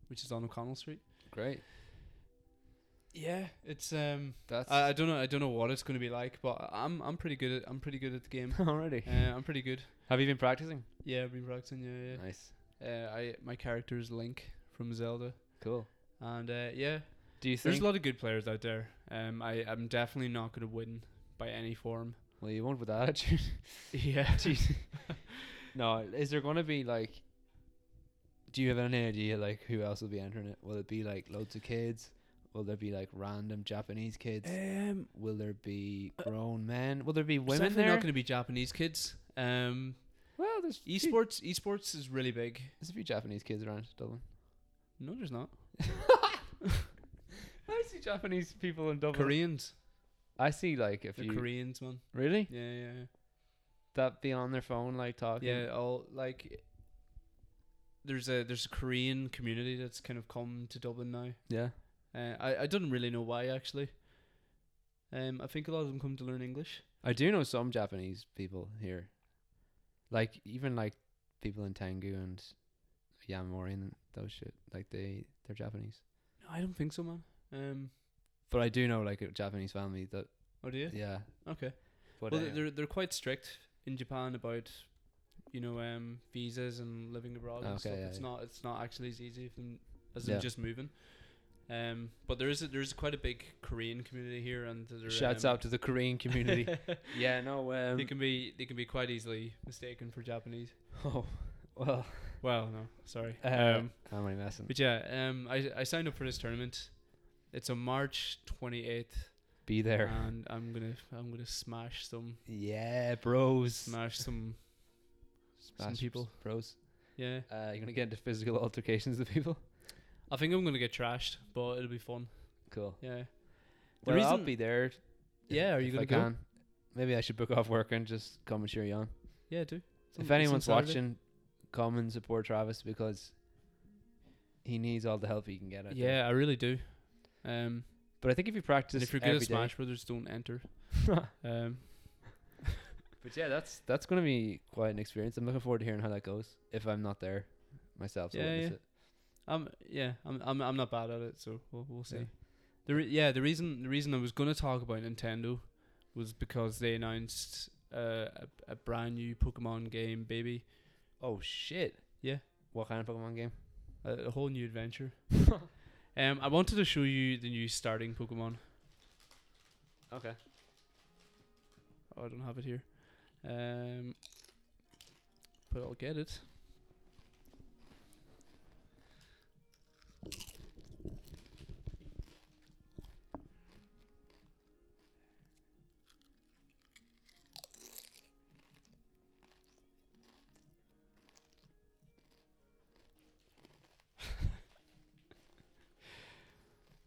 C: which is on O'Connell Street.
B: Great.
C: Yeah, it's um,
B: That's
C: I, I don't know, I don't know what it's gonna be like, but I'm I'm pretty good at I'm pretty good at the game.
B: already.
C: uh, I'm pretty good.
B: Have you been practicing?
C: Yeah, I've been practicing. Yeah,
B: Nice.
C: yeah. Uh, I my character is Link from Zelda,
B: Cool.
C: and uh, yeah,
B: Do you
C: there's
B: think?
C: a lot of good players out there. Um, I I'm definitely not gonna win by any form.
B: well, you won't with that attitude.
C: Yeah.
B: no. Is there going to be like? Do you have any idea like who else will be entering it? Will it be like loads of kids? Will there be like random Japanese kids?
C: um,
B: Will there be grown men? Will there be
C: women
B: women
C: definitely
B: there?
C: not gonna be Japanese kids. Um,
B: well, there's a few-
C: esports esports is really big.
B: There's a few Japanese kids around Dublin.
C: No, there's not.
B: I see Japanese people in Dublin.
C: Koreans.
B: I see like a
C: They're
B: few.
C: Koreans, man.
B: Really?
C: Yeah, yeah,
B: That be on their phone like
C: yeah.
B: talking.
C: Yeah, all like there's a there's a Korean community that's kind of come to Dublin now.
B: Yeah.
C: Uh, I I don't really know why actually. Um, I think a lot of them come to learn English.
B: I do know some Japanese people here, like even like people in Tengu and Yamamori and those shit. Like they they're Japanese.
C: No, I don't think so, man. Um,
B: But I do know like a Japanese family that
C: oh, do you?
B: yeah.
C: Okay.
B: But
C: well,
B: uh,
C: they're- they're they're quite strict in Japan about you know um visas and living abroad. and
B: Okay,
C: stuff.
B: yeah,
C: it's
B: yeah.
C: not it's not actually as easy than as
B: Yeah.
C: in just moving. Um, but there is a, there is quite a big Korean community here, and there
B: shouts
C: um,
B: out to the Korean community. yeah. No.
C: they
B: Um,
C: can be they can be quite easily mistaken for Japanese.
B: oh well.
C: Well, no, sorry.
B: Uh,
C: um,
B: I'm only messing.
C: but yeah, um, I I signed up for this tournament. It's on March twenty eighth,
B: Be there.
C: and I'm gonna I'm gonna smash some
B: Yeah, bros.
C: smash some some
B: Smash
C: people.
B: bros.
C: Yeah,
B: Uh, you're gonna get into physical altercations with people.
C: I think I'm gonna get trashed, but it'll be fun.
B: Cool.
C: Yeah. The
B: Well, I'll
C: reason-
B: be there. if-
C: Yeah, are you
B: if
C: gonna
B: I
C: go?
B: Can. Maybe I should book off work and just come and cheer you on.
C: Yeah, do.
B: if anyone's watching, come and support Travis because he needs all the help he can get. out there.
C: yeah, I really do. Um,
B: but I think if you practice,
C: and if you're good at
B: every day-
C: Smash Brothers, don't enter. Um,
B: but yeah, that's that's gonna be quite an experience. I'm looking forward to hearing how that goes. If I'm not there myself, to
C: Yeah,
B: witness
C: yeah.
B: it.
C: um, yeah, I'm, I'm, I'm not bad at it, so we'll, we'll see.
B: Yeah.
C: The re- yeah, the reason, the reason I was gonna talk about Nintendo was because they announced uh, a, a brand new Pokemon game, baby,
B: Oh shit!
C: Yeah.
B: What kind of Pokemon game?
C: a, a whole new adventure. um, I wanted to show you the new starting Pokemon.
B: Okay.
C: Oh, I don't have it here. Um, but I'll get it.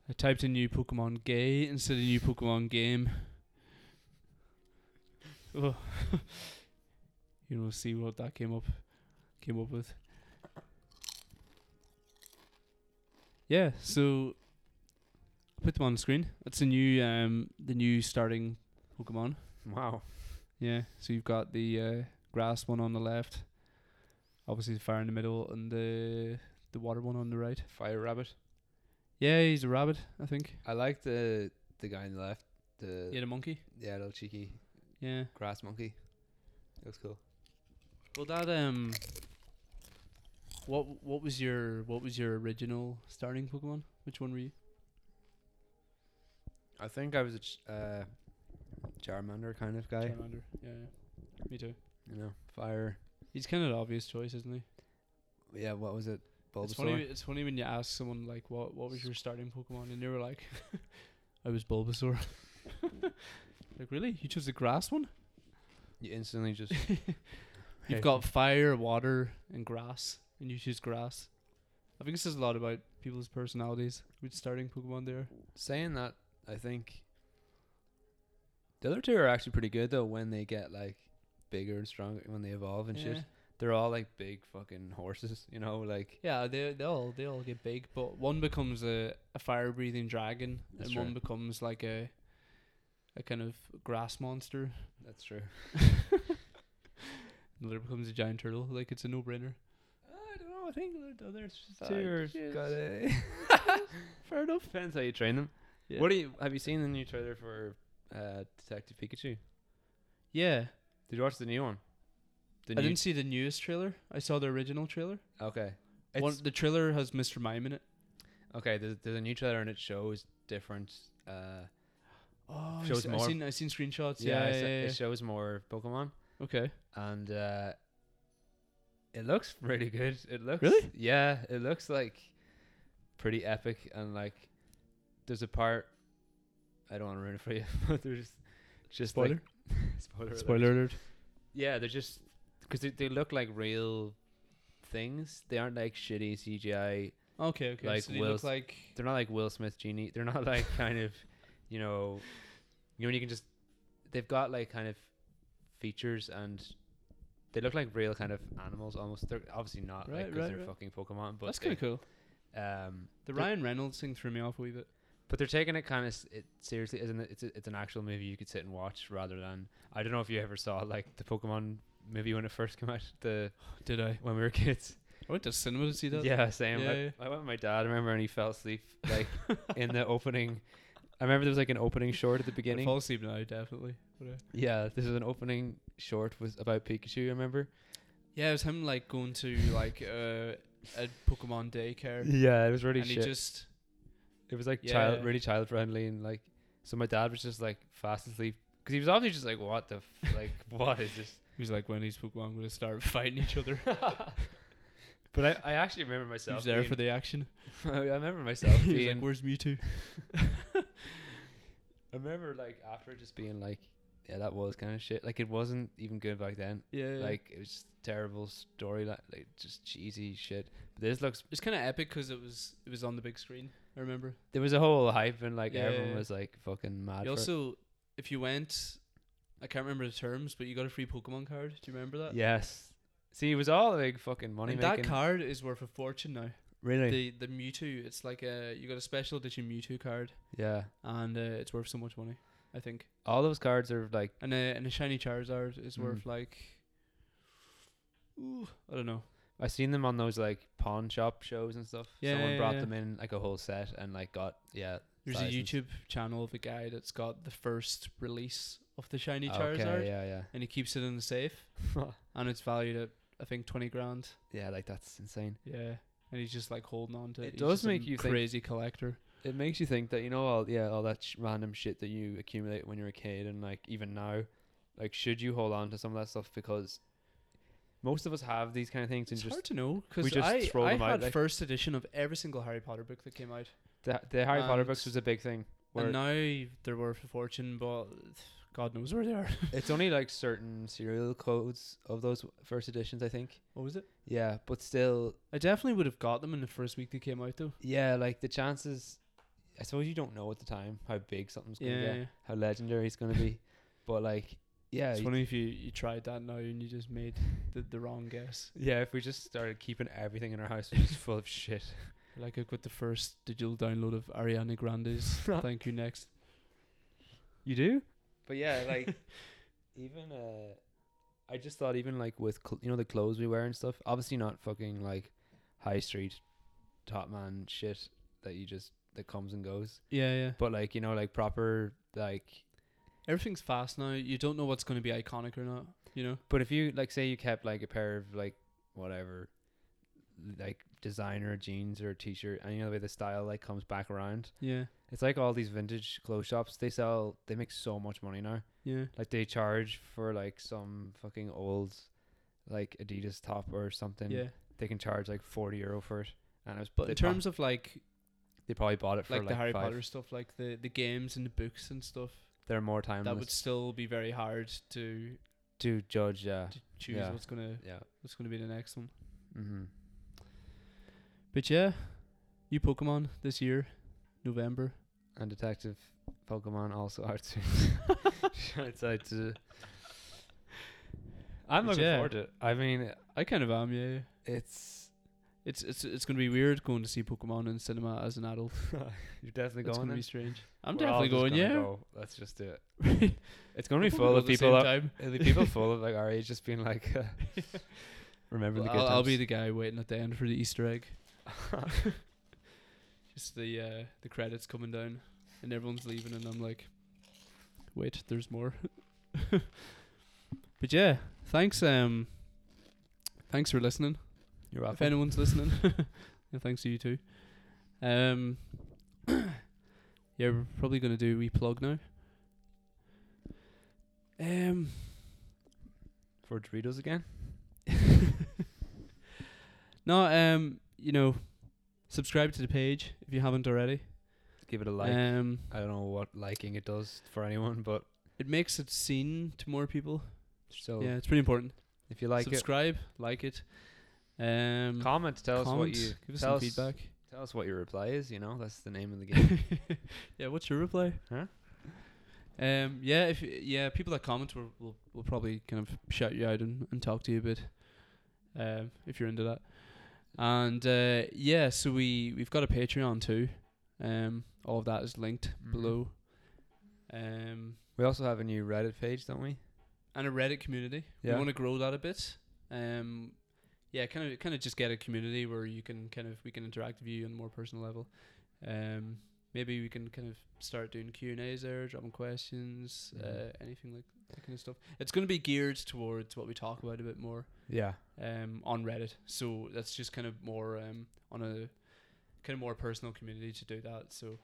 C: I typed in new Pokemon gay instead of new Pokemon game. Oh. you know, see what that came up came up with. Yeah, so I put them on the screen. That's the new um the new starting Pokemon.
B: Wow.
C: Yeah. So you've got the uh, grass one on the left, obviously the fire in the middle, and the the water one on the right.
B: Fire Rabbit.
C: Yeah, he's a rabbit, I think.
B: I like the the guy on the left. The
C: Yeah, the monkey.
B: yeah, little cheeky
C: Yeah.
B: grass monkey. Looks cool.
C: Well, that um, what what was your what was your original starting Pokemon? Which one were you?
B: I think I was a ch- uh, Charmander kind of guy.
C: Charmander. Yeah, yeah. me too.
B: You know, fire.
C: He's kind of an obvious choice, isn't he?
B: Yeah, what was it? Bulbasaur.
C: It's funny. It's funny when you ask someone like, "What what was your starting Pokemon?" and they were like, "I was Bulbasaur." Like really, you chose the grass one.
B: You instantly just
C: You've got fire, water, and grass, and you choose grass. I think this says a lot about people's personalities with starting Pokemon there.
B: saying that I think the other two are actually pretty good though when they get like bigger and stronger when they evolve and
C: Yeah.
B: shit. They're all like big fucking horses, you know, like
C: Yeah, they they all they all get big, but one becomes a, a fire breathing dragon,
B: That's
C: and
B: right.
C: one becomes like a a kind of grass monster.
B: that's true.
C: Another becomes a giant turtle. Like it's a no brainer.
B: I don't know. I think the other
C: two are
B: got it. Fair enough. Depends how you train them.
C: Yeah.
B: What do you have you seen the new trailer for uh, Detective Pikachu?
C: Yeah,
B: Did you watch the new one? The
C: I
B: new
C: didn't see the newest trailer. I saw the original trailer.
B: okay.
C: One,
B: It's-
C: the trailer has Mr. Mime in it.
B: okay. There's, there's a new trailer and it shows different. Uh,
C: Oh,
B: Shows
C: I, se- I
B: more.
C: seen I seen screenshots.
B: yeah,
C: Yeah,
B: it's-
C: yeah, yeah,
B: it shows more Pokemon.
C: yeah. Okay.
B: and uh, it looks pretty good. It looks
C: Really?
B: yeah, it looks like pretty epic and like there's a part I don't want to ruin it for you, but there's just like-
C: Spoiler?
B: spoiler alert.
C: Spoiler alert.
B: Yeah, they're just because they, they look like real things. They aren't like shitty CGI.
C: Okay, okay.
B: Like
C: so they
B: Will's-
C: look like
B: They're not like Will Smith genie. They're not like kind of you know you know when you can just they've got like kind of features and they look like real kind of animals almost. They're obviously not like
C: Right,
B: because
C: right,
B: they're
C: right.
B: fucking Pokemon, but
C: that's kind of cool.
B: cool. Um,
C: The
B: they're-
C: Ryan Reynolds thing threw me off a wee bit.
B: but they're taking it kind of it seriously. Isn't it? It's a, it's an actual movie you could sit and watch rather than I don't know if you ever saw like the Pokemon movie when it first came out. The
C: Did I?
B: when we were kids.
C: I went to cinema to see that.
B: Yeah, same. I,
C: Yeah, yeah.
B: I went with my dad. I remember, and he fell asleep like in the opening. I remember there was like an opening short at the
C: I
B: beginning.
C: fall asleep now, definitely. But, uh,
B: Yeah, this is an opening short was about Pikachu. I remember.
C: yeah, it was him like going to like uh, a Pokemon daycare,
B: Yeah, it was really
C: and he
B: shit.
C: just
B: it was like child,
C: Yeah.
B: really child friendly, and like so. My dad was just like fast asleep because he was obviously just like, "What the f- like? What is this?"
C: he was like, when these Pokemon gonna start fighting each other?
B: But I, I actually remember
C: he
B: myself.
C: was there for the action.
B: the. I remember
C: he was
B: myself being.
C: like, where's Mewtwo?
B: I remember like after just being like, yeah, that was kind of shit. Like it wasn't even good back then.
C: Yeah, yeah.
B: Like it was just terrible storyline, like just cheesy shit. But this looks.
C: it's kind of epic because it was it was on the big screen. I remember.
B: There was a whole hype and like
C: Yeah,
B: everyone
C: yeah, yeah.
B: was like fucking mad.
C: You
B: for it.
C: also, if you went, I can't remember the terms, but you got a free Pokemon card. Do you remember that?
B: yes. See, it was all like fucking money
C: And
B: making.
C: that card is worth a fortune now.
B: really?
C: The the Mewtwo, it's like a you got a special edition Mewtwo card,
B: yeah.
C: and uh, it's worth so much money, I think.
B: All those cards are like
C: And a and a shiny Charizard is worth
B: Mhm.
C: like, ooh, I don't know.
B: I seen them on those like pawn shop shows and stuff.
C: Yeah,
B: Someone
C: yeah,
B: brought
C: yeah.
B: them in like a whole set and like got yeah.
C: There's a
B: thousands.
C: YouTube channel of a guy that's got the first release of the shiny Charizard,
B: Okay, yeah, yeah.
C: and he keeps it in the safe, and it's valued at I think twenty grand.
B: yeah, like that's insane.
C: Yeah, and he's just like holding on to it.
B: It
C: He's
B: does
C: just a
B: make you think-
C: crazy collector.
B: It makes you think that you know all yeah all that sh- random shit that you accumulate when you're a kid and like even now, like should you hold on to some of that stuff because most of us have these kind of things and
C: It's
B: just
C: hard to know because
B: just
C: I,
B: throw
C: I
B: them out,
C: had
B: like-
C: first edition of every single Harry Potter book that came out,
B: the, the Harry Potter
C: And-
B: books was a big thing. Where
C: and now they're worth a fortune, but God knows where they are.
B: it's only like certain serial codes of those first editions, I think.
C: what was it?
B: Yeah, but still,
C: I definitely would have got them in the first week they came out though.
B: yeah, like the chances. I suppose you don't know at the time how big something's gonna
C: Yeah,
B: get, how legendary it's gonna be, but like, yeah,
C: it's
B: you-
C: funny if you you tried that now and you just made the, the wrong guess.
B: yeah. If we just started keeping everything in our house just full of shit,
C: Like I got the first digital download of Ariana Grande's "Thank You Next."
B: you do. But yeah, like even uh, I just thought even like with cl- you know the clothes we wear and stuff. Obviously not fucking like high street top man shit that you just that comes and goes.
C: Yeah, yeah.
B: But like you know like proper like.
C: Everything's fast now. You don't know what's going to be iconic or not. You know.
B: But if you like say you kept like a pair of like whatever like designer jeans or a t-shirt and you know the way the style like comes back around
C: Yeah.
B: it's like all these vintage clothes shops they sell they make so much money now
C: Yeah.
B: like they charge for like some fucking old like adidas top or something
C: Yeah.
B: they can charge like 40 euro for it and it was
C: But
B: they
C: in terms of like
B: they probably bought it for
C: like,
B: like,
C: the Harry
B: five.
C: Potter stuff, like the the games and the books and stuff,
B: they're more timeless
C: that would still be very hard to,
B: to judge. Yeah,
C: to choose
B: Yeah.
C: what's gonna
B: yeah.
C: what's gonna be the next one.
B: Mm-hmm.
C: But yeah, new Pokemon this year, November.
B: And Detective Pokemon also out soon. Shouts out to. I'm
C: But
B: looking
C: yeah.
B: forward to it. I mean,
C: I kind of am, yeah.
B: it's
C: It's it's it's gonna be weird going to see Pokemon in cinema as an adult.
B: you're definitely
C: It's gonna
B: going. then?
C: be strange. I'm
B: We're all
C: definitely
B: just
C: going,
B: gonna
C: yeah.
B: go. Let's just do it. It's gonna be full of people. Up,
C: Time.
B: it'll be people full of like our age, just being like, uh, remember the good
C: I'll, I'll be
B: times.
C: the guy waiting at the end for the Easter egg. Just the uh, the credits coming down, and everyone's leaving, and I'm like, wait, there's more. but yeah, thanks um, thanks for listening.
B: You're
C: If anyone's listening, yeah, thanks to you too. Um, yeah, we're probably gonna do a wee plug now. Um,
B: for Doritos again.
C: no, um, you know, subscribe to the page if you haven't already.
B: Give it a like.
C: Um,
B: I don't know what liking it does for anyone, but
C: it makes it seen to more people.
B: still,
C: Yeah, it's pretty important.
B: if you Oh. like
C: subscribe, like it. Um,
B: it, comment. Tell us what
C: comment,
B: you
C: give us
B: tell
C: some feedback.
B: Tell us what your reply is. You know, that's the name of the game.
C: yeah, what's your reply?
B: Huh?
C: Um, yeah, if yeah, people that comment will will, will probably kind of shout you out and, and talk to you a bit, um, if you're into that. And uh, yeah, so we we've got a Patreon too. Um, all of that is linked
B: Mhm.
C: below. Um,
B: we also have a new Reddit page, don't we?
C: and a Reddit community.
B: Yeah.
C: We want to grow that a bit. Um, yeah, kind of, kind of just get a community where you can kind of we can interact with you on a more personal level. Um, maybe we can kind of start doing Q and A's there, dropping questions,
B: Mhm.
C: uh, anything like that kind of stuff. It's going to be geared towards what we talk about a bit more
B: Yeah.
C: um, on Reddit. So that's just kind of more um, on a kind of more personal community to do that. So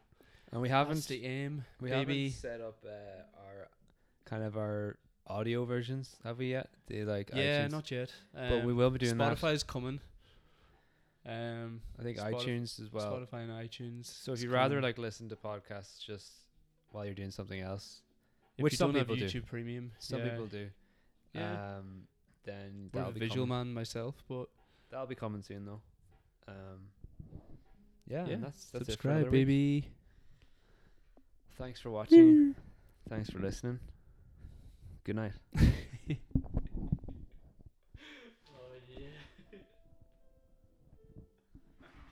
B: And we
C: that's
B: haven't
C: the aim.
B: we
C: maybe-
B: haven't set up uh, our kind of our audio versions, have we yet? The like
C: yeah,
B: iTunes-
C: not yet. Um,
B: but we will be doing that.
C: Spotify's coming. Um,
B: I think
C: Spotif-
B: iTunes as well.
C: Spotify and iTunes.
B: So if
C: It's
B: you'd
C: coming.
B: rather like listen to podcasts just while you're doing something else,
C: If
B: which
C: you
B: some
C: don't have
B: people do.
C: YouTube Premium,
B: some
C: yeah.
B: people do.
C: Yeah.
B: Um, then
C: More
B: that'll
C: of a
B: be
C: Uh, visual
B: coming.
C: man myself, but
B: That'll be coming soon though. Um, yeah, and
C: Yeah,
B: that's that's it for
C: subscribe,
B: another week.
C: baby.
B: Thanks for watching. Thanks for listening. Good night.
C: Oh yeah.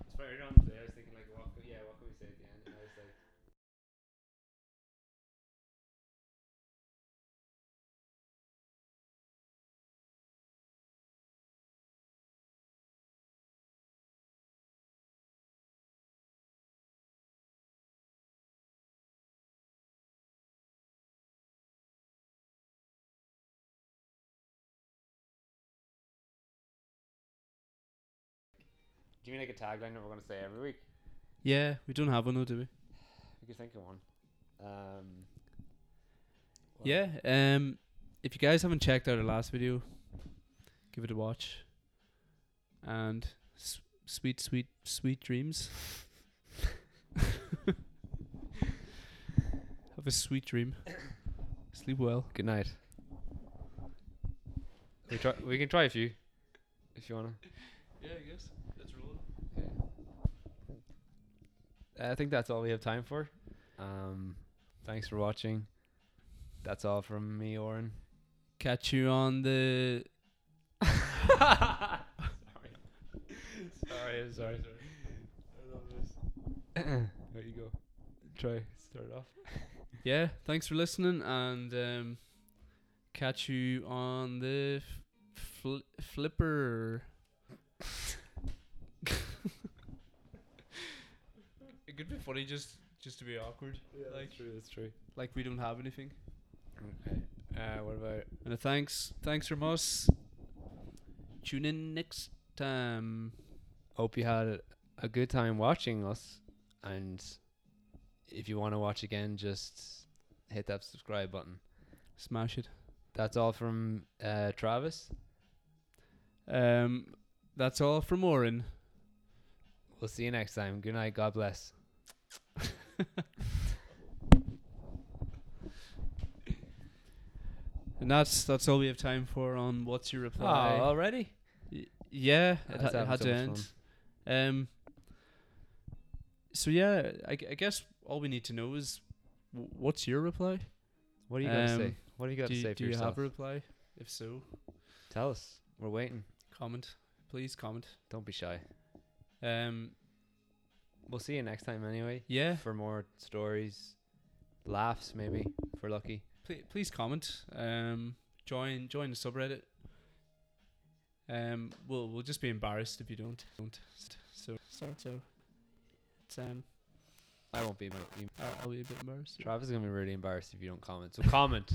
A: It's very wrong today. I was thinking like, what, yeah, what can we say at the end? And I was like.
B: Do you mean like a tagline that we're gonna say every week?
C: Yeah, we don't have one though, do we?
B: We could think of one. Um, well,
C: Yeah. Um, if you guys haven't checked out our last video, give it a watch. And s- sweet, sweet, sweet dreams. have a sweet dream. Sleep well.
B: Good night. We try. We can try a few, if you wanna.
C: Yeah, I guess. That's rolling.
B: I think that's all we have time for. Um, thanks for watching. That's all from me, Oren.
C: Catch you on the
B: Sorry, I'm sorry.
A: I love this.
B: there you go. Try start off.
C: Yeah, thanks for listening, and um, catch you on the f- fl- flipper. it could be funny just just to be awkward,
A: Yeah,
C: Like-
A: true. That's true.
C: like we don't have anything.
B: Okay. Uh, what about?
C: And a thanks, thanks from us. Tune in next time.
B: Hope you had a good time watching us, and if you want to watch again, just hit that subscribe button.
C: Smash it.
B: That's all from uh, Travis.
C: Um, that's all from Oren.
B: We'll see you next time. Good night. God bless.
C: And that's that's all we have time for on what's your
B: Oh,
C: reply.
B: already?
C: Y- yeah,
B: Ah,
C: it,
B: it's
C: ha- it
B: having
C: had
B: so
C: to
B: much
C: end. Um. So yeah, I, g- I guess all we need to know is w- what's your reply.
B: What do you got to say?
C: Um,
B: What do you got
C: do
B: to
C: you,
B: say for
C: do you
B: yourself?
C: have a reply? If so,
B: Tell us. We're waiting.
C: comment. Please comment.
B: Don't be shy.
C: Um.
B: We'll see you next time anyway.
C: Yeah.
B: For more stories, laughs maybe if we're lucky.
C: Please, please comment. Um. Join join the subreddit. Um. We'll we'll just be embarrassed if you don't don't. So
D: So, so it's um,
B: I won't be. My, you,
C: I'll, I'll be a bit embarrassed.
B: Travis is gonna be really embarrassed if you don't comment. So comment.